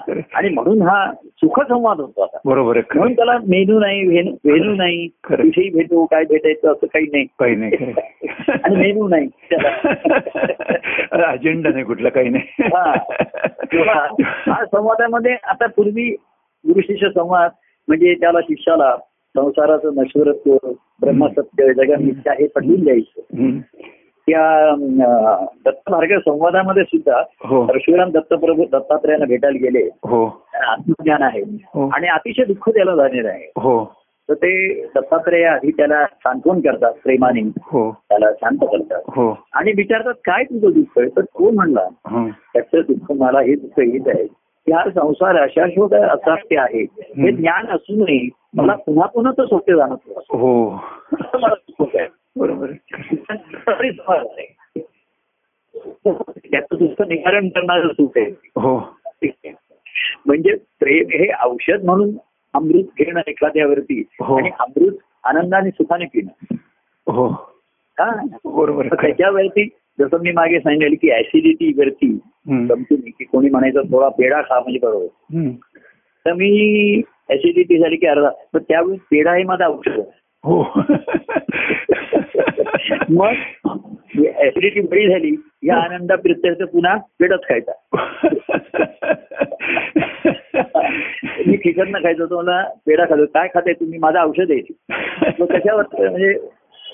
S2: खरे
S1: आणि म्हणून हा सुखसंवाद होतो आता
S2: बरोबर आहे खरे
S1: म्हणून त्याला मेनू नाही व्हेनू व्हेनू नाही
S2: खरं.
S1: कुठेही भेटू काय भेटायचं असं काही नाही
S2: काही नाही
S1: आणि
S2: खरे
S1: मेनू नाही
S2: अजेंडा नाही कुठला काही
S1: हा. तेव्हा
S2: नाही
S1: हा संवादामध्ये आता पूर्वी गुरु शिष्य संवाद म्हणजे त्याला शिष्याला संसाराचं नश्वरत्व ब्रह्मसत्य जगमित्या हे पटवून द्यायचं
S2: हम्म.
S1: त्या अं, दत्त मार्ग संवादामध्ये सुद्धा
S2: हो
S1: परशुराम दत्तप्रभू दत्तात्रयाला भेटायला गेले
S2: हो
S1: आत्मज्ञान आहे
S2: हो.
S1: आणि अतिशय दुःख त्याला झालेलं आहे
S2: हो
S1: तर ते दत्तात्रय आधी त्याला सांत्वन करतात प्रेमाने
S2: हो
S1: त्याला शांत करतात
S2: हो
S1: आणि विचारतात काय तुझं दुःख आहे तर तो म्हणला
S2: हं.
S1: त्याचं दुःख मला हे दुःख येत आहे की हा संसार अशाश्वत असाध्य आहे हे ज्ञान असूनही मला पुन्हा पुन्हा तो सोपे जाणवत नाही.
S2: हो
S1: असं मला दुःख आहे.
S2: बरोबर आहे.
S1: तरी समाधान आहे. त्याचं दुःख निवारण करणारं सुख आहे
S2: हो
S1: म्हणजे प्रेम हे औषध म्हणून अमृत घेणं एखाद्यावरती
S2: हो.
S1: आणि अमृत आनंदाने सुखाने पिणं
S2: हो
S1: हा
S2: बरोबर
S1: तर
S2: आहे. खरं.
S1: त्याच्यावरती जसं मी मागे सांगितलं की ऍसिडिटी वरती
S2: हं.
S1: समजून की कोणी म्हणायचं थोडा पेढा खा म्हणजे बरोबर
S2: हं.
S1: तर मी ऍसिडिटी झाली की अर्धा तर त्यावेळी पेढा हे माझं औषध आहे.
S2: हो
S1: मग ऍसिडिटी बरी झाली या आनंदा प्रित्यर्थ पुन्हा पेढाच खायचा मी खिकट न खायचं होतं मला पेढा खातो काय खाते तुम्ही माझं औषध आहे ते. मग कशावर म्हणजे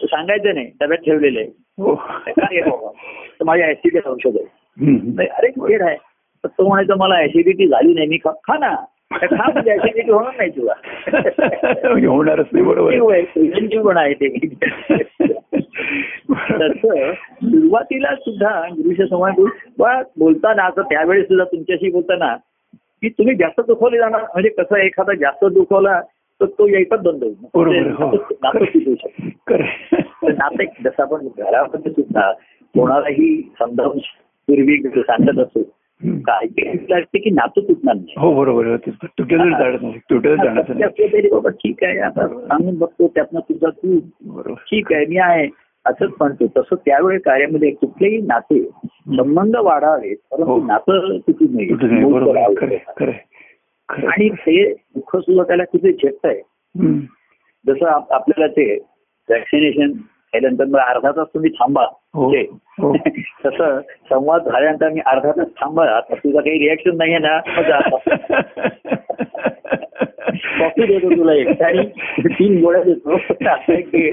S1: सांगायचं नाही डब्यात ठेवलेलं आहे
S2: हो
S1: काय आहे बाबा? तर माझ्या ऍसिडिटी औषध आहे
S2: हं.
S1: नाही, अरे पेढ आहे तर तो म्हणायचा मला ऍसिडिटी झाली नाही मी खा खा ना तर खा म्हणजे ऍसिडिटी होणार नाही तुला
S2: होणारच नाही बरोबर आहे.
S1: जीव आहे, चिरंजीवपणा आहे ते तसं सुरुवातीला सुद्धा गुरुशी समाज बोलताना आता त्यावेळी सुद्धा तुमच्याशी बोलताना की तुम्ही जास्त दुखवले जाणार म्हणजे कसं आहे, एखादा जास्त दुखवला तर तो यायचाच बंद होईल म्हणजे
S2: बरोबर, हो.
S1: नातं- नातं सुटू शकतं. तर
S2: खरं.
S1: नातं एक- जसं आपण घरामध्ये सुद्धा कोणालाही समजावून पूर्वी सांगत असतो
S2: हं.
S1: काय वाटते की नातं तुटणार नाही
S2: हो बरोबर आहे. ते तुटलं जाणार नाही तुटलं जाणार
S1: आपल्या
S2: नाही
S1: आपल्या तरी बाबा ठीक आहे आता सांगून बघतो त्यातनं तुझा तू
S2: बरोबर
S1: ठीक आहे मी आहे असंच म्हणतो तसं त्यावेळी कार्यामध्ये कुठलेही नाते संबंध वाढावेत परंतु
S2: हो.
S1: नातं तुटू नये
S2: तुटलं नाही
S1: मौत
S2: बरोबर आहे.
S1: करावी.
S2: खरं खरं खरं
S1: आणि ते दुःख सुद्धा त्याला कुठे झेपत आहे
S2: हं.
S1: जसं आप- आपल्याला ते व्हॅक्सिनेशन झाल्यानंतर मला अर्धा तास तुम्ही थांबा
S2: हो
S1: ते.
S2: हो
S1: तसं संवाद झाल्यानंतर मी अर्धा तास थांबा आता तुझा काही रिॲक्शन नाही आहे ना मग जा. कॉफी देतो तुला एक आणि तीन गोळ्या देतो असं एक ते.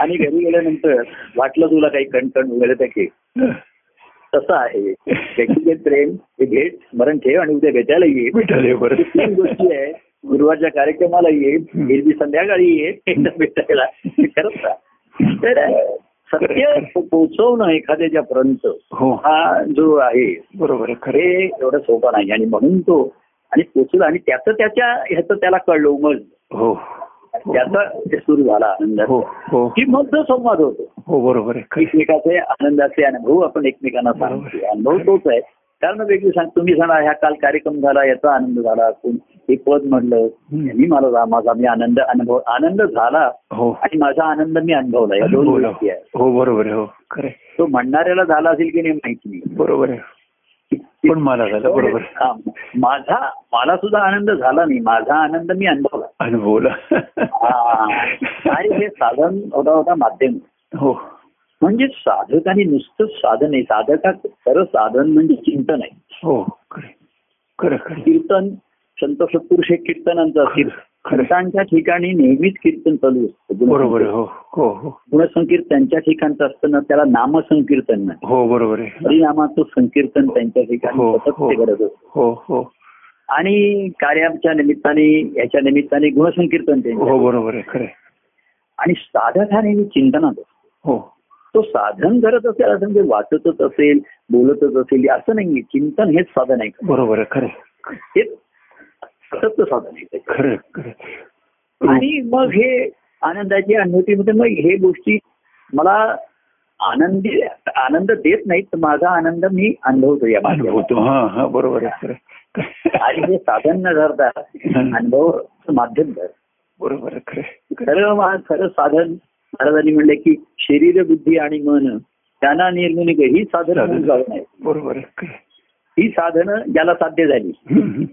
S1: आणि घरी गेल्यानंतर वाटलं तुला काही कणकण वगैरे तर घे तसं आहे व्यक्तिगत प्रेम हे भेट स्मरण ठेव आणि उद्या भेटायला ये
S2: भेटायला ये बरं.
S1: तीन गोष्टी आहे गुरुवारच्या कार्यक्रमाला ये हिरवी संध्याकाळी ये एकदा भेटायला हे खरंच ना. तर सत्य पोहोचवणं एखाद्याच्या पर्यंत
S2: हो
S1: हा जो आहे
S2: बरोबर आहे खरं
S1: खरे एवढं सोपं नाही आणि म्हणून तो आणि पोचला आणि त्याचं त्याच्या ह्याचं त्याला कळलं उमजलं
S2: हो
S1: त्याचा ते सुरू झाला आनंद
S2: हो हो
S1: की मग तो संवाद होतो
S2: हो बरोबर आहे खरं
S1: एकमेकाचे आनंदाचे अनुभव आपण एकमेकांना सांगतो अनुभव तोच आहे कारण वेगळी सांग तुम्ही सांगा हा काल कार्यक्रम झाला याचा आनंद झाला कोण हे पद म्हणलं मी मला झा- माझा मी आनंद अनुभव आनंद झाला
S2: हो
S1: आणि माझा आनंद मी अनुभवला या दोन
S2: बोला.
S1: गोष्टी आहे
S2: हो बरोबर आहे हो खरे
S1: तो म्हणणाऱ्याला झाला असेल की नाही माहिती नाही
S2: बरोबर आहे पण मला झाला बरोबर आहे.
S1: हा. माझा मला सुद्धा आनंद झाला नाही माझा आनंद मी अनुभवला
S2: अनुभवला
S1: हा. आणि हे साधन होता होता माध्यम
S2: हो
S1: म्हणजे साधक आणि नुसतं साधन आहे साधका खरं साधन म्हणजे चिंतन आहे
S2: हो खरे खरं खरं
S1: कीर्तन संत सत्पुरुष हे कीर्तनांचं असतील
S2: खरं.
S1: खंडांच्या ठिकाणी नेहमीच कीर्तन चालू असतं
S2: बरोबर आहे हो हो हो
S1: गुणसंकीर्तन त्यांच्या ठिकाणचं असताना त्याला नामसंकीर्तन नाही
S2: हो बरोबर आहे
S1: परिणामाचं संकीर्तन त्यांच्या ठिकाणी
S2: हो,
S1: सतत
S2: हो.
S1: ते करत असतं
S2: हो हो
S1: आणि कार्याच्या निमित्ताने याच्या निमित्ताने गुणसंकीर्तन त्यांच्या
S2: हो बरोबर आहे खरे
S1: आणि साधक हा नेहमी चिंतनात असतो.
S2: हो
S1: तो साधन करत असेल असं म्हणजे वाचतच असेल बोलतच असेल असं नाहीये चिंतन हेच साधन आहे
S2: बरोबर आहे खरे
S1: हे सतत साधन आहे
S2: खरं खरं
S1: म्हणजे आणि मग हे आनंदाची अनुभूतीमध्ये मग हे गोष्टी मला आनंदी आनंद देत नाहीत तर माझा आनंद मी अनुभवतो या माध्यमातून
S2: अनुभवतो हा हा बरोबर आहे खरं
S1: आणि हे साधन न धरता अनुभव माध्यम धर
S2: बरोबर आहे खरं
S1: खरं मा- खरं साधन महाराजांनी म्हणलं की शरीर बुद्धी आणि मन त्यांना निर्मुनिक ही साधनं म्हणून जाऊ नये
S2: बरोबर आहे खरं
S1: ही साधनं ज्याला साध्य झाली
S2: हम्म, हम्म.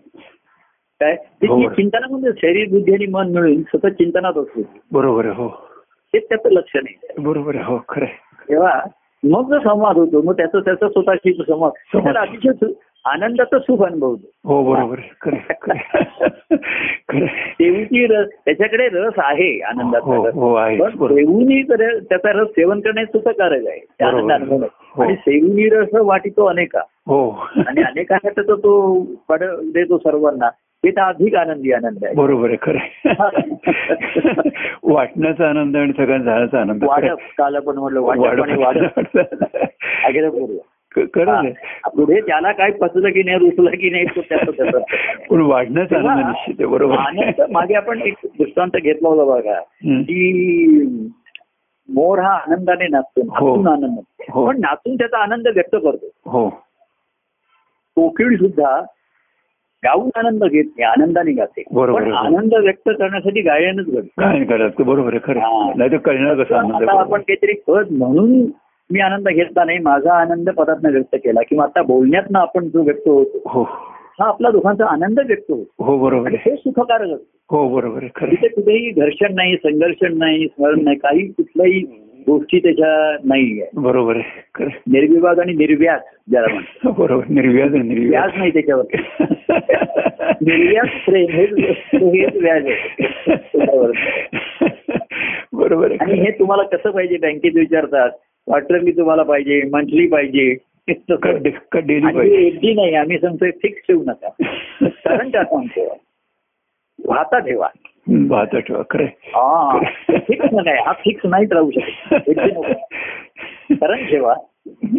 S1: काय ते
S2: हो.
S1: चिंतनामध्ये शरीर बुद्धी आणि मन मिळून सतत चिंतनात असते
S2: बरोबर आहे हो
S1: हे त्याचं लक्ष नाही
S2: बरोबर आहे हो खरं आहे.
S1: तेव्हा मग जो संवाद होतो मग त्याचा त्याचा स्वतःशी जो संवाद
S2: संवाद.
S1: त्याला अतिशय सु- आनंदाचं सुख अनुभवतो
S2: हो बरोबर आहे. खरं आहे, खरं आहे. खरं आहे.
S1: देवीची रस त्याच्याकडे रस आहे आनंदाचा
S2: हो
S1: रस
S2: हो आहे
S1: पण
S2: बरोबर
S1: सेवूनी तर- त्याचा रस सेवन करणे सुखकारक आहे त्या
S2: बरोबर.
S1: आनंदानुभव
S2: हो.
S1: आणि सेवनी रस वाटितो अनेका
S2: हो
S1: आणि अनेकांना त्याचा तो पड देतो सर्वांना हे तर अधिक आनंदी आनंद आहे
S2: बरोबर आहे खरं आहे. वाटण्याचा आनंद आणि सगळ्या झाडाचा आनंद खरं
S1: वाटप
S2: आहे.
S1: काल आपण म्हणलं वाटप आणि वाटप
S2: वाढ-
S1: अगदी बरोबर.
S2: क- खरं आहे.
S1: हा. पुढे त्याला काय पचलं की नाही रुचलं की नाही तो त्याचं त्याचं.
S2: पण वाढण्याचा आनंद
S1: तेव्हा
S2: निश्चित आहे बरोबर आहे.
S1: आनंद मागे आपण एक दृष्टांत घेतला होता बघा
S2: हम्म.
S1: की मोर हा आनंदाने नाचतो
S2: हो.
S1: नाचून आनंद
S2: हो.
S1: पण नाचून त्याचा आनंद व्यक्त करतो
S2: हो
S1: कोकिळ सुद्धा गाऊन आनंद घेत नाही आनंदाने गाते
S2: बरोबर.
S1: पण आनंद व्यक्त करण्यासाठी गायनच घडतं
S2: काय करत ते बरोबर आहे खरं
S1: हा.
S2: नाही तर कळणार कसं आनंद
S1: आता आपण काहीतरी पद म्हणून मी आनंद घेतला नाही माझा आनंद पदातनं व्यक्त केला किंवा आता बोलण्यातनं आपण जो व्यक्त होतो
S2: हो
S1: हा आपला दोघांचा आनंद व्यक्त होतो
S2: हो बरोबर
S1: आणि
S2: आहे
S1: हे सुखकारक असतं
S2: हो बरोबर आहे खरं
S1: तिथे
S2: आहे.
S1: कुठेही घर्षण नाही संघर्षण नाही स्मरण नाही काही कुठल्याही गोष्टी त्याच्या नाही आहे
S2: बरोबर आहे खरं आहे.
S1: निर्विवाद आणि निर्व्याज ज्याला म्हणतात
S2: बरोबर निर्व्याज आहे, निर्व्याज
S1: व्याज नाही त्याच्यावर निर्व्याज प्रेम हेच हेच व्याज आहे त्याच्यावर.
S2: बरोबर आहे
S1: आणि हे तुम्हाला कसं पाहिजे बँकेत विचारतात क्वार्टरली तुम्हाला पाहिजे मंथली पाहिजे
S2: का-
S1: आणि
S2: डे- का डेली
S1: हे
S2: पाहिजे
S1: एफडी नाही आम्ही सांगतोय फिक्स ठेवू नका कारण का सांगतो वाहता ठेवा
S2: हं, वाहतं ठेवा खरं आहे.
S1: हा फिक्स नाही हा फिक्स नाहीच राहू शकत FD नको. कारण ठेवा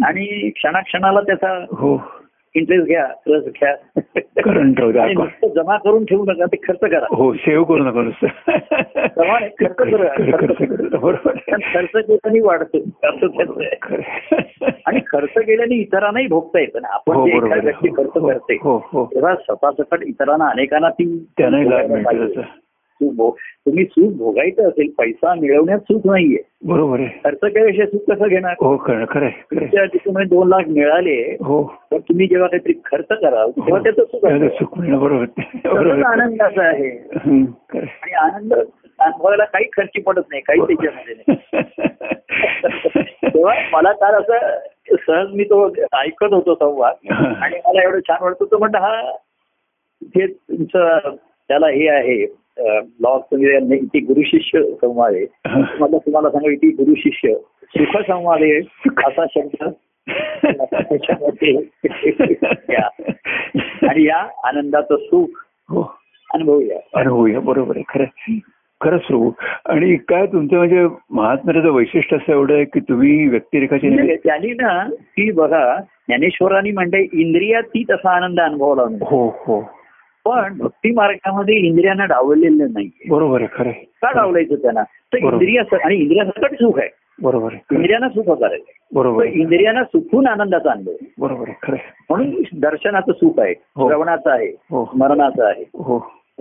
S1: आणि क्षणाक्षणाला त्याचा
S2: हो
S1: इंटरेस्ट घ्या रस घ्या
S2: करून ठेवू द्या
S1: आणि नुसतं जमा करून ठेवू नका ते खर्च करा
S2: हो सेव्ह करू नका नुसतं
S1: प्रमाणे खर्च करा.
S2: खर्च करा. बरोबर हो,
S1: कारण खर्च केल्याने वाढतो असं त्याचं आहे.
S2: खरं आहे.
S1: आणि खर्च केल्याने इतरांनाही भोगता येतं ना आपण
S2: हो
S1: जे
S2: बरोबर
S1: एखादी
S2: आहे.
S1: व्यक्ती खर्च
S2: हो,
S1: करते
S2: हो हो
S1: तेव्हा स्वतःसकट इतरांना अनेकांना ती
S2: त्यांनाही लाभ
S1: भोगायला
S2: मिळतो
S1: पाहिजे.
S2: त्याचा
S1: सुख भोग- तुम्ही सुख भोगायचं असेल पैसा मिळवण्यात सुख नाहीये
S2: बरोबर आहे
S1: खर्च केल्याशिवाय सुख कसं घेणार
S2: हो खरं खरं आहे, खरं आहे.
S1: तुमच्या तुम्ही दोन लाख मिळाले
S2: हो
S1: तर तुम्ही जेव्हा काहीतरी खर्च कराल तेव्हा त्याचं सुख
S2: त्याचं
S1: असतं.
S2: सुख मिळणं बरोबर आहे.
S1: त्याचा
S2: बरोबर आहे.
S1: आनंद असा आहे
S2: हं, खरं आहे.
S1: आणि आनंद अनुभवायला काही खर्ची पडत नाही काही त्याच्यामध्ये नाही तेव्हा मला काल असं सहज मी तो ऐकत होतो संवाद आणि मला एवढं छान वाटत होतं म्हणलं हा हे तुमचं त्याला हे आहे ब्लॉग तुम्ही इथे गुरुशिष्य संवाद आहे मला तुम्हाला सांगा इथे गुरुशिष्य सुख संवाद आहे असा शब्द त्याच्यामध्ये या. आणि या आनंदाचं सुख
S2: हो
S1: अनुभवूया
S2: अनुभवूया बरोबर आहे खरं आहे. खरंच प्रभू आणि काय तुमचं म्हणजे महात्म्याचं वैशिष्ट्य असं एवढं आहे की तुम्ही व्यक्तिरेखाचे
S1: म्हणजे त्यांनी ना ती बघा ज्ञानेश्वरांनी म्हणजे इंद्रियातीत असा आनंद अनुभवला नाही.
S2: हो हो
S1: पण भक्ती मार्गामध्ये इंद्रियांना डावलेलं नाहीये
S2: बरोबर आहे खरं आहे.
S1: का डावलायचं त्यांना तर
S2: बरोबर.
S1: इंद्रिया आणि इंद्रियासकट सुख आहे
S2: बरोबर आहे खरं आहे.
S1: इंद्रियांना सुख करायचं
S2: बरोबर आहे.
S1: इंद्रियांना सुखून आनंदाचा अनुभव आहे.
S2: बरोबर आहे खरं आहे.
S1: म्हणून दर्शनाचं सुख आहे
S2: हो.
S1: श्रवणाचं आहे
S2: हो.
S1: स्मरणाचं आहे
S2: हो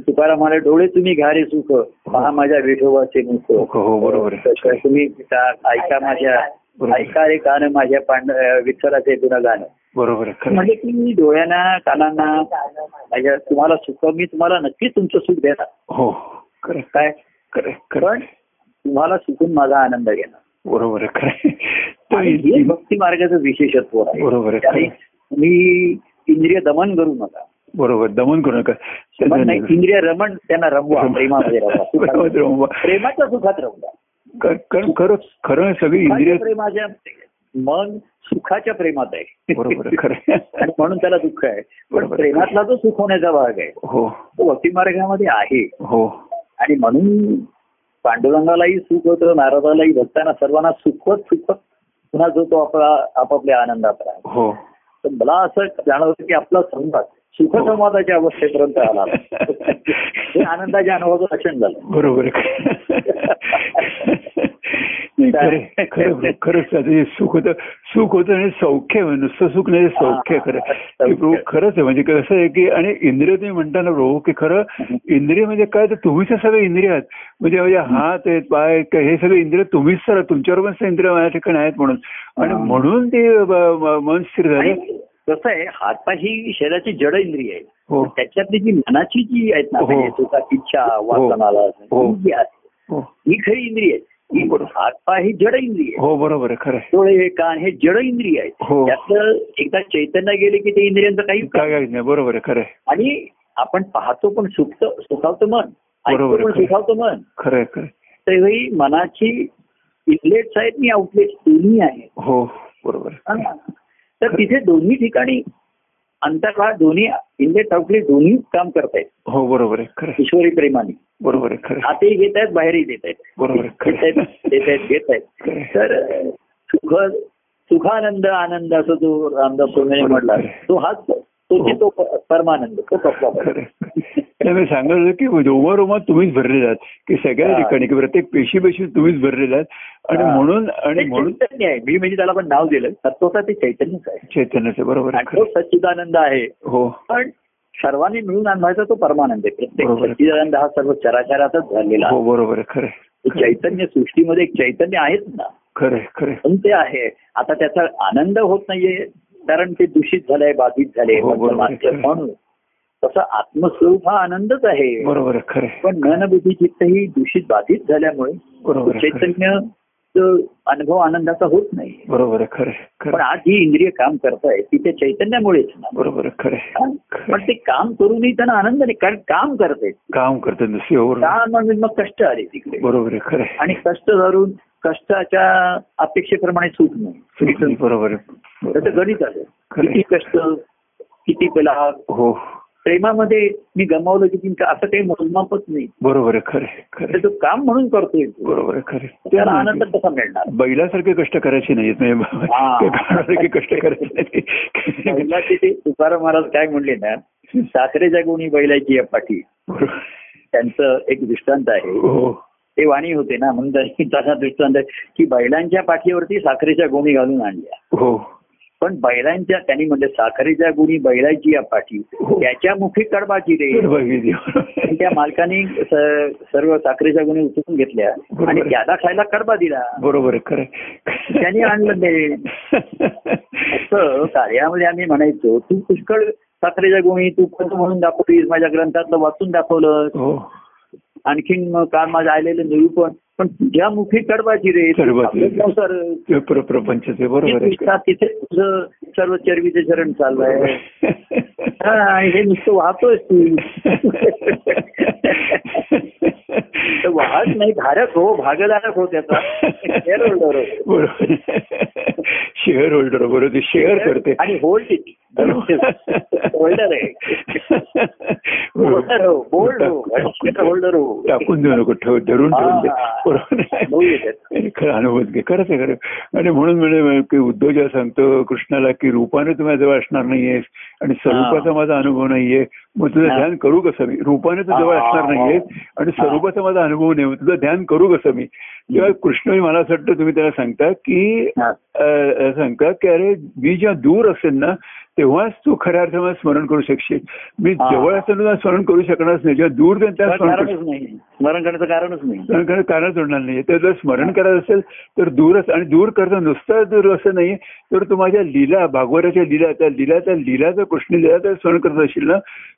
S1: तुकाराम म्हणाले, डोळे तुम्ही घारे सुख पहा माझ्या विठोबाचे मुख
S2: हो, हो, बरोबर आहे.
S1: तर तुम्ही ऐका ऐका माझ्या
S2: बरोबर.
S1: ऐका रे कान माझ्या पांड अं, विठ्ठलाचे गुणगान
S2: बरोबर आहे खरं आहे.
S1: म्हणजे की मी डोळ्यांना कानांना माझ्या तुम्हाला सुख मी तुम्हाला नक्कीच तुमचं सुख देणार
S2: हो खरं आहे.
S1: काय
S2: खरं आहे. खरं
S1: म्हणजे- पण
S2: आहे.
S1: तुम्हाला सुखून माझा आनंद घेणार
S2: बरोबर आहे खरं आहे. तर
S1: आणि हे
S2: इन-
S1: भक्ती मार्गाचं विशेषत्व
S2: बरोबर
S1: आहे
S2: आहे.
S1: त्याने मी इंद्रिय दमन करू नका
S2: बरोबर दमन करू नका
S1: दमन नाही इंद्रिय रमण त्यांना रमवा
S2: रमवा.
S1: प्रेमामध्ये रमवा सुखात
S2: प्रेमामध्ये रमवा.
S1: प्रेमाच्या सुखात रमवा
S2: कर- कारण खरं खरं आहे, सगळी इंद्रिय
S1: सुखाच्या प्रेमाच्या मन सुखाच्या प्रेमात आहे
S2: बरोबर आहे, खरं आहे.
S1: आणि म्हणून त्याला दुःख आहे पण
S2: बरोबर.
S1: प्रेमातला जो सुख होण्याचा भाग आहे
S2: हो
S1: तो भक्ती मार्गामध्ये आहे
S2: हो
S1: आणि म्हणून पांडुरंगालाही सुख होतं नारदालाही भक्तांना सर्वांना सुखवत सुखवत पुन्हा जो तो आपला आपापल्या आनंदात राहतो
S2: हो
S1: तर मला असं जाणवतं की आपला संवाद सुखसंवादाच्या
S2: हो.
S1: अवस्थेपर्यंत आला हे आनंदाच्या अनुभवाचं लक्षण झालं
S2: बरोबर आहे. नाही, खरं खरं खरंच त्याचं जे सुख होतं सुख होतं आणि सौख्य आहे. नुसतं सुख नाही सौख्य आहे खरं की प्रभू खरंच आहे म्हणजे कसं आहे की आणि इंद्रिय तुम्ही म्हणताना प्रभू की खरं इंद्रिय म्हणजे काय तर तुम्हीच हे सगळे इंद्रिय आहात म्हणजे म्हणजे हात आहेत पाय आहेत, काय हे सगळे इंद्रिय तुम्हीच सर तुमच्यावर पण इंद्रिय माझ्या ठिकाणी आहेत म्हणून आणि
S1: हा.
S2: म्हणून ते ब- ब- मन स्थिर
S1: आणि
S2: झालं
S1: कसं आहे हातपाय ही शरीराची जड इंद्रिय आहे
S2: हो
S1: पण त्याच्यातली जी मनाची जी आहेत ना
S2: हो.
S1: म्हणजे सुखाची इच्छा वासनाला
S2: हो.
S1: जी आहे,
S2: हो
S1: ही खरी इंद्रिय आहे ही
S2: बरोबर.
S1: हातपाय ही जड इंद्रिय आहे
S2: हो बरोबर आहे खरं आहे
S1: डोळे हे कान हे जड इंद्रिय आहेत
S2: हो.
S1: त्यातलं एकदा चैतन्य गेले की ते इंद्रियांचं काही
S2: काय काय नाही बरोबर आहे खरं आहे
S1: आणि आपण पाहतो पण सुखत सुखावतं मन ऐकतो
S2: बरोबर आहे,
S1: पण
S2: खरं.
S1: सुखावतं मन
S2: खरं आहे खरं आहे.
S1: तर ही मनाची इनलेट्स आहेत आणि आउटलेट्स दोन्ही आहेत
S2: हो बरोबर आहे.
S1: हा ना? तर तिथे दोन्ही ठिकाणी अंतर्भाग दोन्ही इनलेट आउटलेट दोन्ही काम करतायत
S2: हो बरोबर आहे खरं आहे.
S1: ईश्वरी प्रेमाने
S2: बरोबर आहे खरं आहे.
S1: आतही घेत आहेत बाहेरही देत आहेत
S2: बरोबर आहे, खरं.
S1: घेत आहेत देत आहेत घेत आहेत
S2: खरं.
S1: तर अं, सुख सुखानंद आनंद असं जो रामदास स्वामी
S2: बरोबर.
S1: म्हटला तो हाच तो
S2: हो.
S1: तो प- परमानंद तो कसला
S2: खरं आहे. त्यामुळे सांगायला लागलं की रोमारोमात तुम्हीच भरलेला आहात की सगळ्या
S1: हा.
S2: ठिकाणी की प्रत्येक पेशी पेशी तुम्हीच भरलेला आहात आणि
S1: हा.
S2: म्हणून आणि
S1: ते
S2: म्हणून
S1: चैतन्य आहे मी म्हणजे त्याला पण नाव दिलं तत्वता ते चैतन्यच आहे
S2: चैतन्याचं बरोबर आहे
S1: आणि
S2: खरं
S1: तो
S2: आहे.
S1: सच्चिदानंद आहे
S2: हो
S1: पण सर्वांनी मिळून आणायचा तो परमानंद आहे प्रत्येक
S2: बरोबर.
S1: सच्चिदानंद हा सर्व चराचराचाच झालेला
S2: हो
S1: आहे.
S2: बरोबर आहे खरं आहे.
S1: ते चैतन्य सृष्टीमध्ये एक चैतन्य आहेच ना
S2: खरं आहे खरं आहे.
S1: पण ते आहे आता त्याचा आनंद होत नाहीये कारण ते दूषित झालंय बाधित झाले
S2: हो, बरोबर आहे.
S1: पंचमांतर म्हणून तसं आत्मस्वरूप हा आनंदच आहे
S2: बरोबर आहे खरं आहे.
S1: पण मनबुद्धी चित्त ही दूषित बाधित झाल्यामुळे
S2: बरोबर आहे हो, खरं आहे.
S1: चैतन्य अनुभव आनंदाचा होत नाही
S2: बरोबर आहे खरं आहे. खरं
S1: पण
S2: आहे.
S1: आज ही इंद्रिय काम करताय ती त्या चैतन्यामुळेच ना
S2: बरोबर आहे खरं आहे. खरं
S1: पण
S2: आहे.
S1: ते काम करूनही त्यांना आनंद नाही कारण काम करते
S2: काम करते नुसती हो बरोबर आहे.
S1: काम म्हणून मग कष्ट आले तिकडे
S2: बरोबर आहे खरं आहे.
S1: आणि कष्ट धरून कष्टाच्या अपेक्षेप्रमाणे सुख नाही
S2: बरोबर आहे. बरोबर
S1: त्याचं
S2: आहे
S1: गणित आलं
S2: खरं आहे.
S1: किती कष्ट किती कला
S2: हो
S1: प्रेमामध्ये मी गमावलं किती का- असं काही मोजमापच नाही
S2: बरोबर आहे खरं आहे. खरं आहे.
S1: त्याचं काम म्हणून करतोय तो.
S2: बरोबर आहे खरं आहे.
S1: त्याला आनंद कसा मिळणार
S2: बैलासारखे कष्ट करायचे नाहीत म्हणजे
S1: हा.
S2: ते गाण्यासारखे कष्ट करायचे नाहीत.
S1: पहिला तिथे तुकाराम महाराज काय म्हणले ना साखरेच्या गुणी बैलाची या पाठी
S2: बरोबर.
S1: त्यांचं एक दृष्टांत आहे
S2: हो
S1: ते वाणी होते ना म्हणून त्यांनी त्याचा दृष्टांत आहे की बैलांच्या पाठीवरती साखरेच्या गुणी घालून आणल्या
S2: हो
S1: पण बैलांच्या त्यांनी म्हणजे साखरेच्या गुणी बैलाची या पाठी
S2: हो.
S1: त्याच्या मुखी कडबाची रे
S2: बघितली.
S1: पण त्या मालकाने स- सर्व साखरेच्या गुणी उचलून घेतल्या
S2: बरोबर.
S1: आणि त्याला खायला कडबा दिला
S2: बरोबर आहे खरं आहे.
S1: त्याने आणलं ते असं कार्यामध्ये आम्ही म्हणायचो तू पुष्कळ साखरेच्या गुणी तू पण म्हणून दाखवलीस माझ्या ग्रंथातलं वाचून दाखवलं
S2: हो
S1: आणखीन मग काल माझं आलेलं निरूपण पण तुझ्या मुखी कडबाची रे
S2: कडबाची.
S1: सर
S2: ते प्र- प्रपंच ते बरोबर आहे
S1: तिथे तुझं सर्व चरबीचे चरण चाललंय हा, आणि हे नुसतं वाहतोय तू तर वाहत नाही धारक हो भागधारक हो त्याचा Shareholder हो.
S2: बरोबर शेअर होल्डर बरोबर ते शेअर करते
S1: आणि होल्ड होल्डर आहे होल्डर हो बोल्ड हो होल्डर हो
S2: टाकून देऊ नको ठेव धरून ठेवून दे
S1: हा.
S2: बरोबर आहे.
S1: भाऊ येतात.
S2: आणि खरं अनुभव घे खरंच आहे खरं आणि म्हणून म्हणजे की उद्धव जेव्हा सांगतो कृष्णाला की रूपाने तुम्ही जवळ असणार नाहीयेस आणि स्वरूपाचा माझा अनुभव नाहीये मग तुझं
S1: हा.
S2: ध्यान करू कसं मी रूपाने तू जवळ
S1: हा,
S2: असणार
S1: हा,
S2: नाहीयेस आणि
S1: हा.
S2: स्वरूपाचा माझा अनुभव नाही मग तुझं ध्यान करू कसं मी तेव्हा कृष्ण मला असं वाटतं तुम्ही त्याला सांगता की
S1: हा.
S2: अ, सांगतात की अरे मी जेव्हा दूर असेल ना तेव्हाच तू खऱ्या अर्थानं स्मरण करू शकशील मी
S1: हा.
S2: जवळ असताना स्मरण करू शकणारच नाही जेव्हा दूर जाईन तेव्हा
S1: कारण
S2: स्मरण करू
S1: कारणच नाही स्मरण करण्याचं कारणच नाही
S2: स्मरण करणं कारण सोडणार नाही तर जर स्मरण करायचं असेल तर दूरच आणि दूर करता नुसता दूर असं नाही तर तू माझ्या लीला भागवताच्या लीला त्या लीला त्या लीला जर कृष्ण लीला जर स्मरण करत असशील ना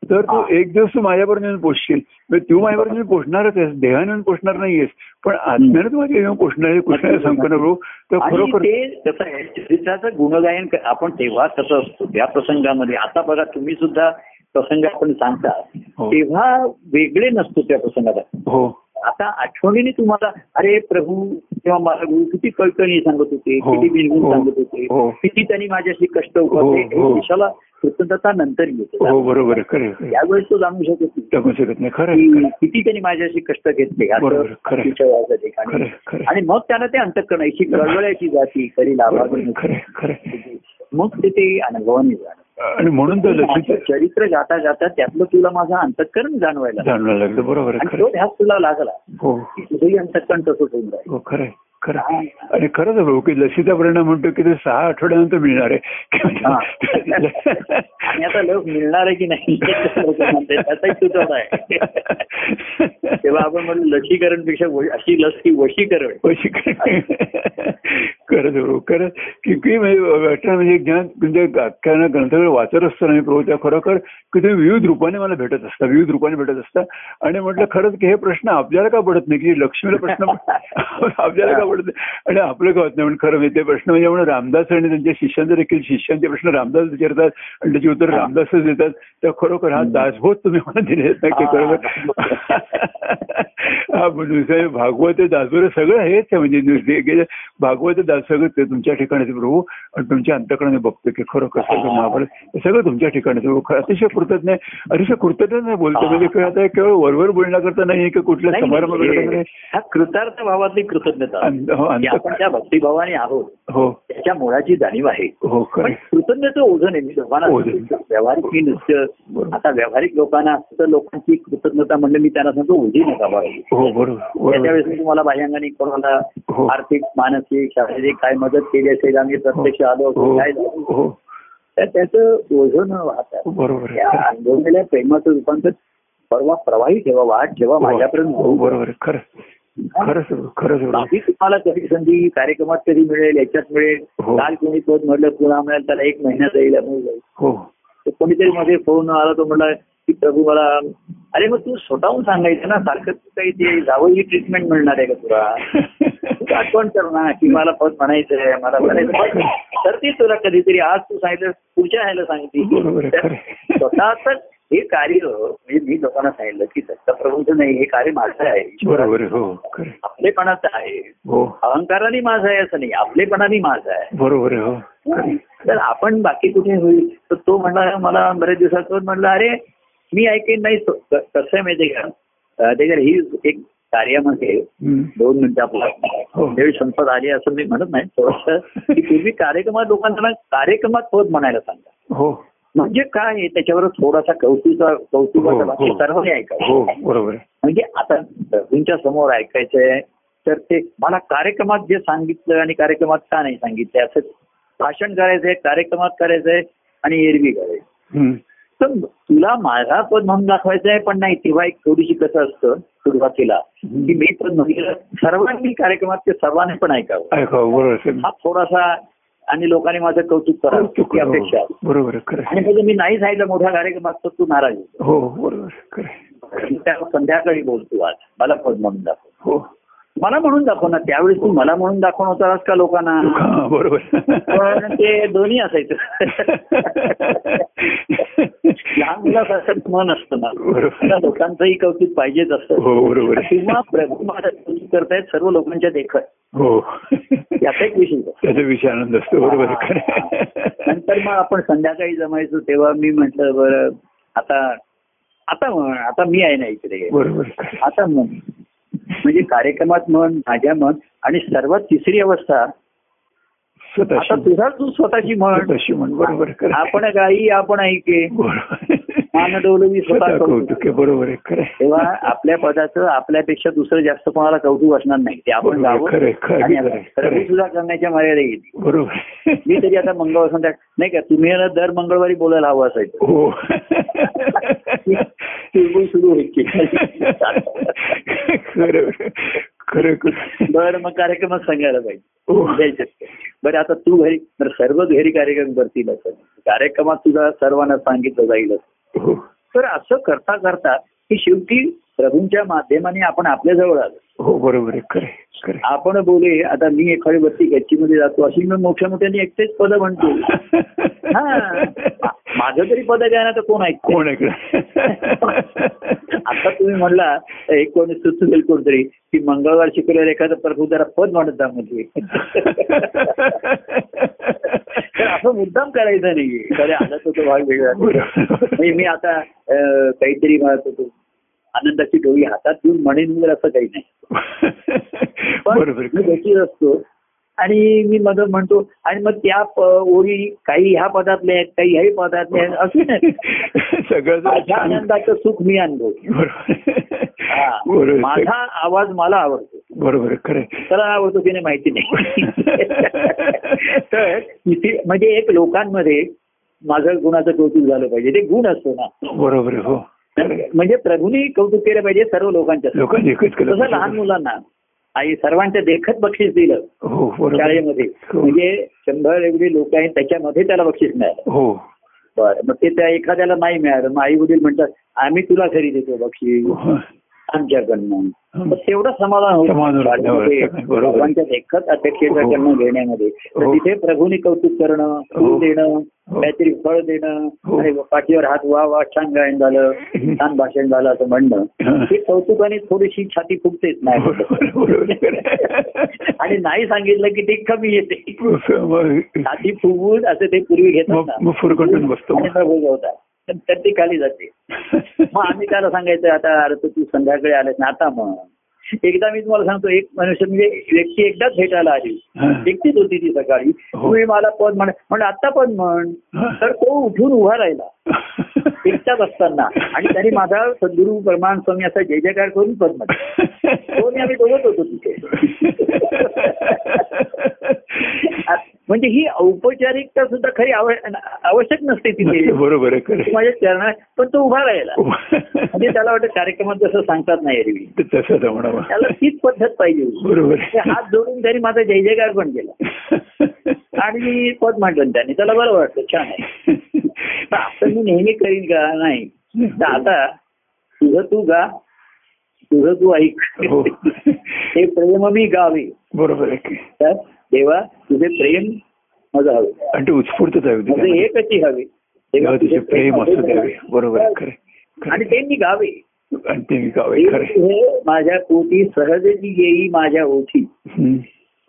S2: तर तू
S1: हा.
S2: एक दिवस तू माझ्यापर्यंत येऊन पोचशील म्हणजे तू माझ्यापर्यंत येऊन पोचणारच आहेस देहाने येऊन पोचणार नाहीयेस पण आत्म्याने तू माझ्या येऊन पोचणार आहे कृष्णाला सांगतो ना भाऊ तर
S1: आणि
S2: खरोखर
S1: ते कसं आहे चरित्राचं गुणगायन क- आपण तेव्हा कसं असतो त्या प्रसंगामध्ये आता बघा तुम्ही सुद्धा प्रसंग आपण सांगता
S2: हो.
S1: तेव्हा वेगळे नसतो त्या प्रसंगाला
S2: हो
S1: आता आठवणीने तुम्हाला अरे प्रभू किंवा मला गुरु किती कळकळी सांगत होते
S2: हो,
S1: किती बिलगुण
S2: हो,
S1: सांगत होते
S2: हो.
S1: किती त्यांनी माझ्याशी कष्ट
S2: हो,
S1: उभारले
S2: हो.
S1: हे देशाला स्वतंत्रता नंतर येते
S2: हो बरोबर आहे खरं आहे, खरं आहे.
S1: त्यावेळेस तो जाणू शकत नाही
S2: टाकू शकत नाही खरं आहे, खरं
S1: की
S2: आहे.
S1: किती त्यांनी माझ्याशी कष्ट घेतले असं
S2: बरोबर, खरं आहे.
S1: तिच्या वयाच्या ठिकाणी.
S2: खरं आहे, खरं आहे.
S1: आणि मग त्याला ते अंतकरणाची कळवळ्याची जाती खरी
S2: बरोबर आहे,
S1: लाभाची
S2: खरं आहे, खरं आहे.
S1: मग ते ते अनुभवाने जाणवलं.
S2: आणि म्हणून तर लक्ष
S1: चरित्र जाता जाता त्यातलं तुला माझं अंतकरण जाणवायला लागलं.
S2: जाणवायला लागलं बरोबर आहे
S1: आणि
S2: खरं
S1: तो
S2: आहे.
S1: ध्यास तुला लागला
S2: हो
S1: की तुझंही अंतकरण तसंच होऊन राहील
S2: हो खरं आहे, खरं आणि खरंच भाऊ की लसीचा परिणाम म्हणतो की ते सहा आठवड्यानंतर मिळणार आहे
S1: आणि आता लोक मिळणार आहे की नाही त्याचाही सुचवत आहे तेव्हा आपण म्हणलं लसीकरण पेक्षा अशी लस की वशीकरण
S2: वशीकरण खरंच बरोबर खरंच किती म्हणजे घटना म्हणजे ज्ञान म्हणजे आख्यान ग्रंथाकडे वाचत असताना मी प्रभू त्या खरोखर की ते विविध रूपाने मला भेटत असतात विविध रूपाने भेटत असतात आणि म्हटलं खरंच की हे प्रश्न आपल्याला का पडत नाही की लक्ष्मीला प्रश्न आपल्याला का पडत नाही आणि आपलं का होत नाही म्हणजे खरं म्हणजे ते प्रश्न म्हणजे म्हणून रामदास आणि त्यांच्या शिष्यांचे देखील शिष्यांचे प्रश्न रामदास विचारतात आणि त्याची उत्तर रामदासच देतात तर खरोखर हा दासबोध तुम्ही मला दिले आहेत ना की खरोखर हा म्हणजे भागवत दासबोध सगळं हेच आहे म्हणजे नुसते गेले- भागवत दास सगळं ते तुमच्या ठिकाणीच प्रभू आणि तुमच्या अंतकरणाने बघतो की खरोखर सगळं महाभारत हे सगळं तुमच्या ठिकाणीच प्रभू खरं अतिशय कृतज्ञ अतिशय कृतज्ञ नाही बोलतो म्हणजे केवळ आता केवळ वरवर बोलण्याकरता नाही की कुठल्या समारंभ
S1: नाही, हा कृतार्थ भावातली कृतज्ञता की आपण त्या भक्तिभावाने आहोत
S2: हो
S1: त्याच्या मुळाची जाणीव आहे
S2: हो
S1: पण
S2: खरं
S1: कृतज्ञतेचं ओझं नाही मी लोकांना
S2: ओझं.
S1: सांगतो. व्यावहारिक मी नुसतं
S2: बरोबर.
S1: आता व्यावहारिक लोकांना तर लोकांची कृतज्ञता म्हणलं मी त्यांना सांगतो ओझी नका बाळगू
S2: हो बरोबर
S1: त्याच्या
S2: बरोबर
S1: वेळेस मी तुम्हाला बाह्यांनी कोणाला
S2: हो.
S1: आर्थिक मानसिक शारीरिक काय मदत केली असेल आम्ही प्रत्यक्ष आलो असेल,
S2: हो
S1: काय झालं
S2: हो
S1: तर त्याचं ओझं न वाहता
S2: बरोबर
S1: त्या
S2: आहे
S1: अनुभवलेल्या प्रेमाचं रूपांतर परवा प्रवाही ठेवा वाट ठेवा माझ्यापर्यंत
S2: हो,
S1: होऊ.
S2: बरोबर आहे. खरं खरंच बरोबर, खरंच बरोबर
S1: बाकी तुम्हाला कधी संधी कार्यक्रमात कधी मिळेल याच्यात मिळेल
S2: हो.
S1: काल कोणी पद म्हटलं पुन्हा मिळेल त्याला एक महिना जाईल आम्ही जाईल
S2: हो
S1: तर कोणीतरी मध्ये फोन आला तो म्हणला की प्रभू मला अरे मग तू स्वतःहून सांगायचं ना सारखं तू काही ते जावं ही ट्रीटमेंट मिळणार आहे का तुला तू आठवण कर ना की मला पद म्हणायचं आहे मला म्हणायचं आहे. तर ती तुला कधीतरी आज तू सांगितलं पुढच्या ह्याला
S2: बरोबर आहे, खरं
S1: सांगते
S2: आहे.
S1: स्वतःच हे कार्य म्हणजे मी लोकांना सांगितलं की दत्तप्रभूंचं नाही हे कार्य माझं आहे
S2: बरोबर आहे, हो खरं आहे.
S1: आपलेपणाचं आहे
S2: हो
S1: अहंकाराने माझं आहे असं नाही आपलेपणाने माझं आहे
S2: बरोबर आहे, हो
S1: तर आपण बाकी कुठे होईल तर तो म्हणला मला बरेच दिवसातून म्हणला अरे मी ऐकेन नाही तो- क- कसं आहे माहिती का अं, ते काय ही एक कार्यामध्ये
S2: हम्म.
S1: दोन मिनिटं आपला
S2: हो.
S1: वेळ संपत आली असं मी म्हणत नाही थोडस की पूर्वी कार्यक्रमात लोकांना ना कार्यक्रमात पद म्हणायला सांगा
S2: हो
S1: म्हणजे काय आहे त्याच्यावर थोडासा कौतुका कौतुकाचा
S2: हो,
S1: भाषा
S2: हो.
S1: सर्वांनी ऐकावं
S2: हो बरोबर आहे.
S1: म्हणजे आता तुमच्या समोर ऐकायचंय तर ते मला कार्यक्रमात जे सांगितलं आणि कार्यक्रमात का नाही सांगितलं असं भाषण करायचंय कार्यक्रमात करायचंय आणि एरवी करायचं
S2: हम्म.
S1: तर तुला माझा पद म्हणून दाखवायचं आहे पण नाही तेव्हा एक थोडीशी कसं असतं सुरुवातीला की मी पद म्हणलं सर्वांनी कार्यक्रमात ते सर्वांनी पण ऐकावं
S2: ऐका हो, बरोबर आहे. हो,
S1: हा थोडासा आणि लोकांनी माझं कौतुक करावं ही अपेक्षा आहे.
S2: बरोबर आहे, खरं
S1: आणि
S2: आहे.
S1: म्हणजे मी नाही सांगितलं मोठ्या कार्यक्रमात तर तू नाराज होतो
S2: हो बरोबर आहे, खरं आहे.
S1: मी त्याला संध्याकाळी बोलतो आज मला पद म्हणून दाखव
S2: हो
S1: मला म्हणून दाखव ना त्यावेळेस तू मला म्हणून दाखवून होतास का लोकांना
S2: हा, बरोबर
S1: पण ते दोन्ही असायचं लहान मुलासारखं मन असतं ना
S2: बरोबर
S1: त्याला लोकांचंही कौतुक पाहिजेच असतं
S2: हो बरोबर आहे.
S1: किंवा प्रभू माझं कौतुक करतायत सर्व लोकांच्या देखत
S2: हो
S1: याचा एक विषय आहे.
S2: त्याचा विषय आनंद असतो बरोबर आहे, खरं आहे.
S1: नंतर मग आपण संध्याकाळी जमायचो तेव्हा मी म्हटलं बरं आता आता म्हण आता मी आहे ना इकडे
S2: बरोबर आहे, खरं आहे.
S1: आता मन म्हणजे कार्यक्रमात मन माझ्या मन आणि सर्वात तिसरी अवस्था आता
S2: स्वतःशी
S1: तुझा तू स्वतःची म्हण
S2: स्वतःशी म्हण बरोबर आहे, खरं आहे.
S1: आपण गाई आपण ऐके मान
S2: बरोबर
S1: डोलवी स्वतः
S2: स्वतः
S1: करू.
S2: कौतुक आहे, बरोबर आहे खरं आहे.
S1: तेव्हा आपल्या पदाचं आपल्यापेक्षा दुसरं जास्त कोणाला कौतुक असणार नाही ते आपण
S2: बरोबर आहे, खरं आहे, खरं
S1: गावं
S2: आहे,
S1: आणि
S2: खरं आहे, खरं आहे.
S1: सर्वी सुद्धा करण्याच्या मर्यादा गेली
S2: बरोबर आहे.
S1: मी तरी आता मंगळवार संध्या नाही का तुम्ही याला दर मंगळवारी बोलायला हवं असायचं
S2: हो
S1: किरकोळ सुरू होईल की.
S2: खरं खरं खरं.
S1: बरं मग कार्यक्रमात सांगायला पाहिजे
S2: हो
S1: द्यायचे. बरं आता तू घरी बरं सर्व घरी कार्यक्रम करतील असं कार्यक्रमात तुझा सर्वांना सांगितलं जाईल असं.
S2: हो
S1: तर असं करता करता की शेवटी प्रभूंच्या माध्यमाने आपण आपल्याजवळ आलो
S2: हो बरोबर आहे खरं आहे, खरं आहे.
S1: आपण बोले आता मी एखादी वरती गच्चीमध्ये जातो अशी मी मोठ्या मोठ्याने एकटेच पद म्हणतो हा मा- माझं तरी पद काय ना तर कोण ऐकतो
S2: कोण ऐकलं
S1: आता तुम्ही म्हणला एक कोणी सुचवेल कोणतरी की मंगळवार शुक्रवार एखादं प्रभू जरा पद म्हणत जा म्हणजे तर असं मुद्दाम करायचं नाही खरे आलं तर तो भाग वेगळा म्हणजे मी आता अं, काहीतरी म्हणत होतो आनंदाची डोळी हातात घेऊन म्हणेन वगैरे असं काही नाही पण
S2: बरोबर
S1: मी गतीत असतो आणि मी मग म्हणतो आणि मग त्या प- ओळी काही ह्या पदातल्या आहेत काही ह्याही पदातल्या आहेत असं नाही
S2: सगळं जरा
S1: माझ्या
S2: छान.
S1: आनंदाचं सुख मी अनुभवतो
S2: बरोबर
S1: हा.
S2: बरोबर
S1: माझा आवाज मला आवडतो
S2: बरोबर खरं
S1: त्याला वस्तुकीने माहिती नाही तर इथे म्हणजे एक लोकांमध्ये माझं गुणाचं कौतुक झालं पाहिजे ते गुण असतो ना
S2: बरोबर आहे, हो खरंय.
S1: म्हणजे प्रभूने कौतुक केलं पाहिजे सर्व लोकांच्या
S2: लोकांनी एकच केलं
S1: तसं लहान
S2: पाहिजे.
S1: मुलांना आई सर्वांच्या देखत बक्षीस दिलं
S2: हो बरोबर आहे.
S1: शाळेमध्ये
S2: हो.
S1: म्हणजे शंभर एवढी लोक आहेत त्याच्यामध्ये त्याला बक्षीस मिळालं
S2: हो
S1: बरं मग ते त्या एखाद्याला नाही मिळालं मग आई वडील म्हणतात आम्ही तुला घरी देतो बक्षीस
S2: हो.
S1: आमच्याकडनं
S2: हं.
S1: मग तेवढं समाधान होतं.
S2: समाधान होतं.
S1: शाळेमध्ये
S2: बरोबर.
S1: सर्वांच्या देखत अपेक्षेचा
S2: हो.
S1: जन्म घेण्यामध्ये तर
S2: हो.
S1: तिथे प्रभूने कौतुक करणं
S2: हो.
S1: फूल देणं
S2: हो.
S1: काहीतरी फळ देणं
S2: हो.
S1: आणि पाठीवर हात वा वा छान गायन झालं छान भाषण झालं असं म्हणणं
S2: हं.
S1: हे कौतुकाने थोडीशी छाती फुगतेच
S2: बरोबर, बरोबर,
S1: नाही
S2: बरोबर.
S1: आणि नाही सांगितलं की ते कमी येते
S2: मग-
S1: छाती फुगून असं ते पूर्वी घेतात
S2: मग
S1: ना
S2: मग फुरकटून बसतो
S1: आणि प्रभू गवतात. तर- तर ती खाली जाते मग आम्ही त्याला सांगायचं आता अरे तू तू संध्याकाळी आलास ना आता मग एकदा मी तुम्हाला सांगतो एक मनुष्य म्हणजे व्यक्ती एकदाच भेटायला आली
S2: हा.
S1: एकटीच होती ती सकाळी
S2: हो.
S1: तुम्ही मला पद म्हण म्हणजे आता पण म्हण
S2: हा.
S1: तर तो उठून उभा राहिला एकटाच असताना आणि त्यांनी माझा सद्गुरु प्रमाण स्वामी असा जय जयकार करून पद म्हटलं तो आणि आम्ही दोघंच होतो तिथे आ- म्हणजे ही औपचारिकता सुद्धा खरी आव- आवश्यक नसते तिथे
S2: बरोबर आहे
S1: तो
S2: खरं
S1: माझ्या चरणात पण तो उभा राहिला म्हणजे
S2: आहे.
S1: त्याला वाटतं कार्यक्रमात जसं सांगतात नाही एरवी
S2: ते तसंच आहे म्हणावं
S1: त्याला तीच पद्धत पाहिजे होती.
S2: बरोबर
S1: ते
S2: आहे.
S1: हात जोडून त्यांनी माझा जय जयकार पण केला आणि मी पद म्हटलं त्याने त्याला बरं वाटलं छान आहे तर आपण मी नेहमी करीन का नाही तर आता तुझं तू गा तुझं तू ऐक
S2: हो.
S1: ते प्रेम मी गावे
S2: बरोबर आहे की.
S1: तर देवा तुझे प्रेम माझं हवे
S2: आणि ते उत्स्फूर्तच आहे होती
S1: म्हणजे हे
S2: त्यामध्ये.
S1: कशी हवे
S2: तेव्हा तुझे प्रेम
S1: माझं
S2: असं द्यावे
S1: हवे.
S2: बरोबर आहे खरं
S1: आणि
S2: खरं.
S1: ते मी गावे
S2: आणि ते विकावे खरं आहे.
S1: हे माझ्या पोटी सहज जी येई माझ्या ओठी
S2: हम्म.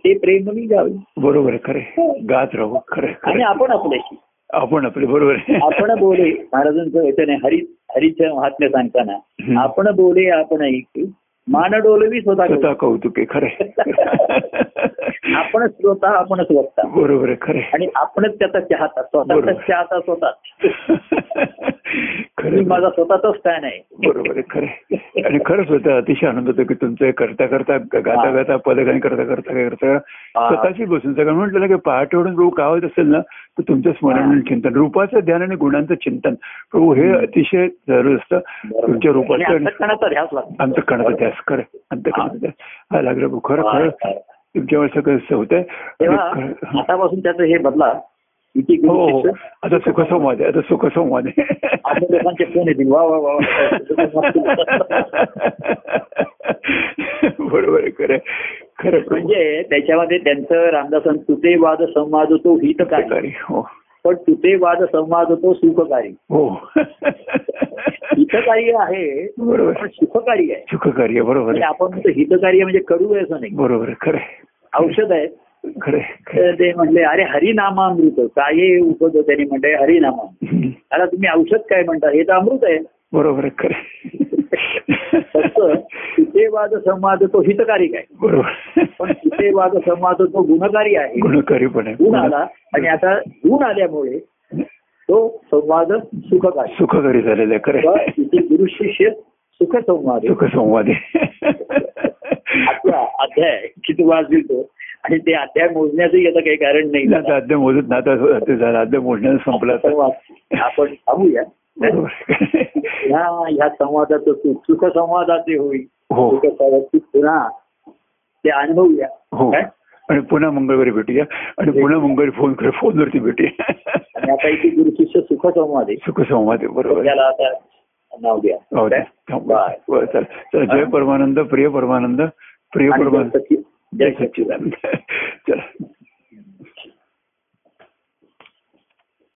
S1: ते प्रेम मी गावे
S2: बरोबर आहे खरे गात राहू खरे
S1: आणि आपण आपल्याशी
S2: आपण आपले बरोबर आहे
S1: आपण बोले महाराजांचं वचन आहे हरी हरीचं महात्म्य
S2: हं.
S1: सांगताना आपण बोले आपण ऐक मान डोलवी स्वतः
S2: स्वतः
S1: करू."
S2: कौतुक आहे खरे
S1: आपण श्रोता आपण वक्ता
S2: बरोबर आहे खरे
S1: आणि आपणच त्याचा चाहता स्वतःचा
S2: बरोबर.
S1: चाहता स्वतः मी
S2: खरं
S1: माझा स्वतःचाच फॅन आहे
S2: बरोबर आहे खरे आणि खरंच होतं अतिशय आनंद होतो की तुमचं हे करता करता गाता
S1: हा.
S2: गाता पदगान करता करता काय करता
S1: हा.
S2: स्वतःशी बसून सगळं म्हटलं की पहाटेवरून प्रभू कावत असेल ना तर तुमचं स्मरण
S1: हा.
S2: आणि चिंतन रूपाचं ध्यान आणि गुणांचं चिंतन प्रभू हे अतिशय जरूर असतं तुमच्या
S1: आणि
S2: रूपाचं आणि
S1: अंतःकरणाचा ध्यास लागतो
S2: अंतकणाचा ध्यास खरं अंतकणाचा ध्यास हा लागला भाऊ. खरं खरं
S1: हा.
S2: तुमच्यावर सगळं असं होतंय
S1: तेव्हा
S2: आणि खरं-
S1: आतापासून त्याचं हे बदला किती
S2: हो हो
S1: गुरु
S2: आता सुखसंवाद आहे आता सुखसंवाद आहे
S1: आता लोकांचे फोन येतील वा वा वा वा.
S2: बरोबर आहे, खरं आहे. खरं आहे.
S1: म्हणजे त्याच्यामध्ये त्यांचं रामदासन तुते वाद संवाद होतो हितकारी
S2: हितकारी, हो
S1: पण तुते वाद संवाद होतो सुखकारी
S2: हो
S1: हितकार्य आहे
S2: बरोबर
S1: पण
S2: आहे.
S1: सुखकारी आहे
S2: सुखकारी आहे, बरोबर
S1: म्हणजे
S2: आहे.
S1: आपण म्हणतो हितकार्य म्हणजे करू आहे असं नाही
S2: बरोबर आहे, खरं आहे.
S1: औषध आहे
S2: खरं आहे, खरं
S1: तर ते म्हणले अरे हरिनामामृत काय उपज त्यांनी म्हणले हरिनामा
S2: आहे. हम्म.
S1: आता तुम्ही औषध काय म्हणता हे तर अमृत आहे
S2: बरोबर आहे, खरं आहे.
S1: फक्त तुते वाद संवाद तो हितकारी आहे पण
S2: बरोबर
S1: तुते वाद संवाद तो गुणकारी आहे
S2: गुणकारी पण आहे
S1: गुण आला आणि आता गुण आल्यामुळे तो संवाद सुखकारी
S2: सुखकारी झालेलं आहे खरं
S1: किंवा
S2: आहे.
S1: इथे गुरु शिष्य सुख संवाद
S2: सुखसंवाद
S1: आजचा
S2: आहे
S1: अध्याय किती वाज देतो आणि ते अध्याय मोजण्याचंही आता काही कारण नाही
S2: आता अद्य मोजत ना आता अद्य झाला अद्य मोजण्याचं संपला आता.
S1: संवाद आपण थांबूया
S2: बरोबर आहे.
S1: ह्या ह्या संवादाचं सुख सुख संवादाचे होईल
S2: हो
S1: सुख संवादाची पुन्हा ते अनुभवूया
S2: हो
S1: काय?
S2: आणि पुन्हा मंगळवारी भेटूया आणि पुन्हा मंगळवारी फोन कर फोनवरती
S1: आणि आता
S2: भेटूया
S1: इथे गुरु शिष्य सुख संवाद आहे
S2: सुखसंवाद आहे बरोबर आहे.
S1: त्याला आता नाव द्या
S2: हो,
S1: काय?
S2: थांब.
S1: बाय.
S2: बरं, चला. चला, जय परमानंद प्रिय परमानंद प्रिय
S1: आणि
S2: परमानंद
S1: जय सच्चिदानंद.
S2: जय सच्चिदानंद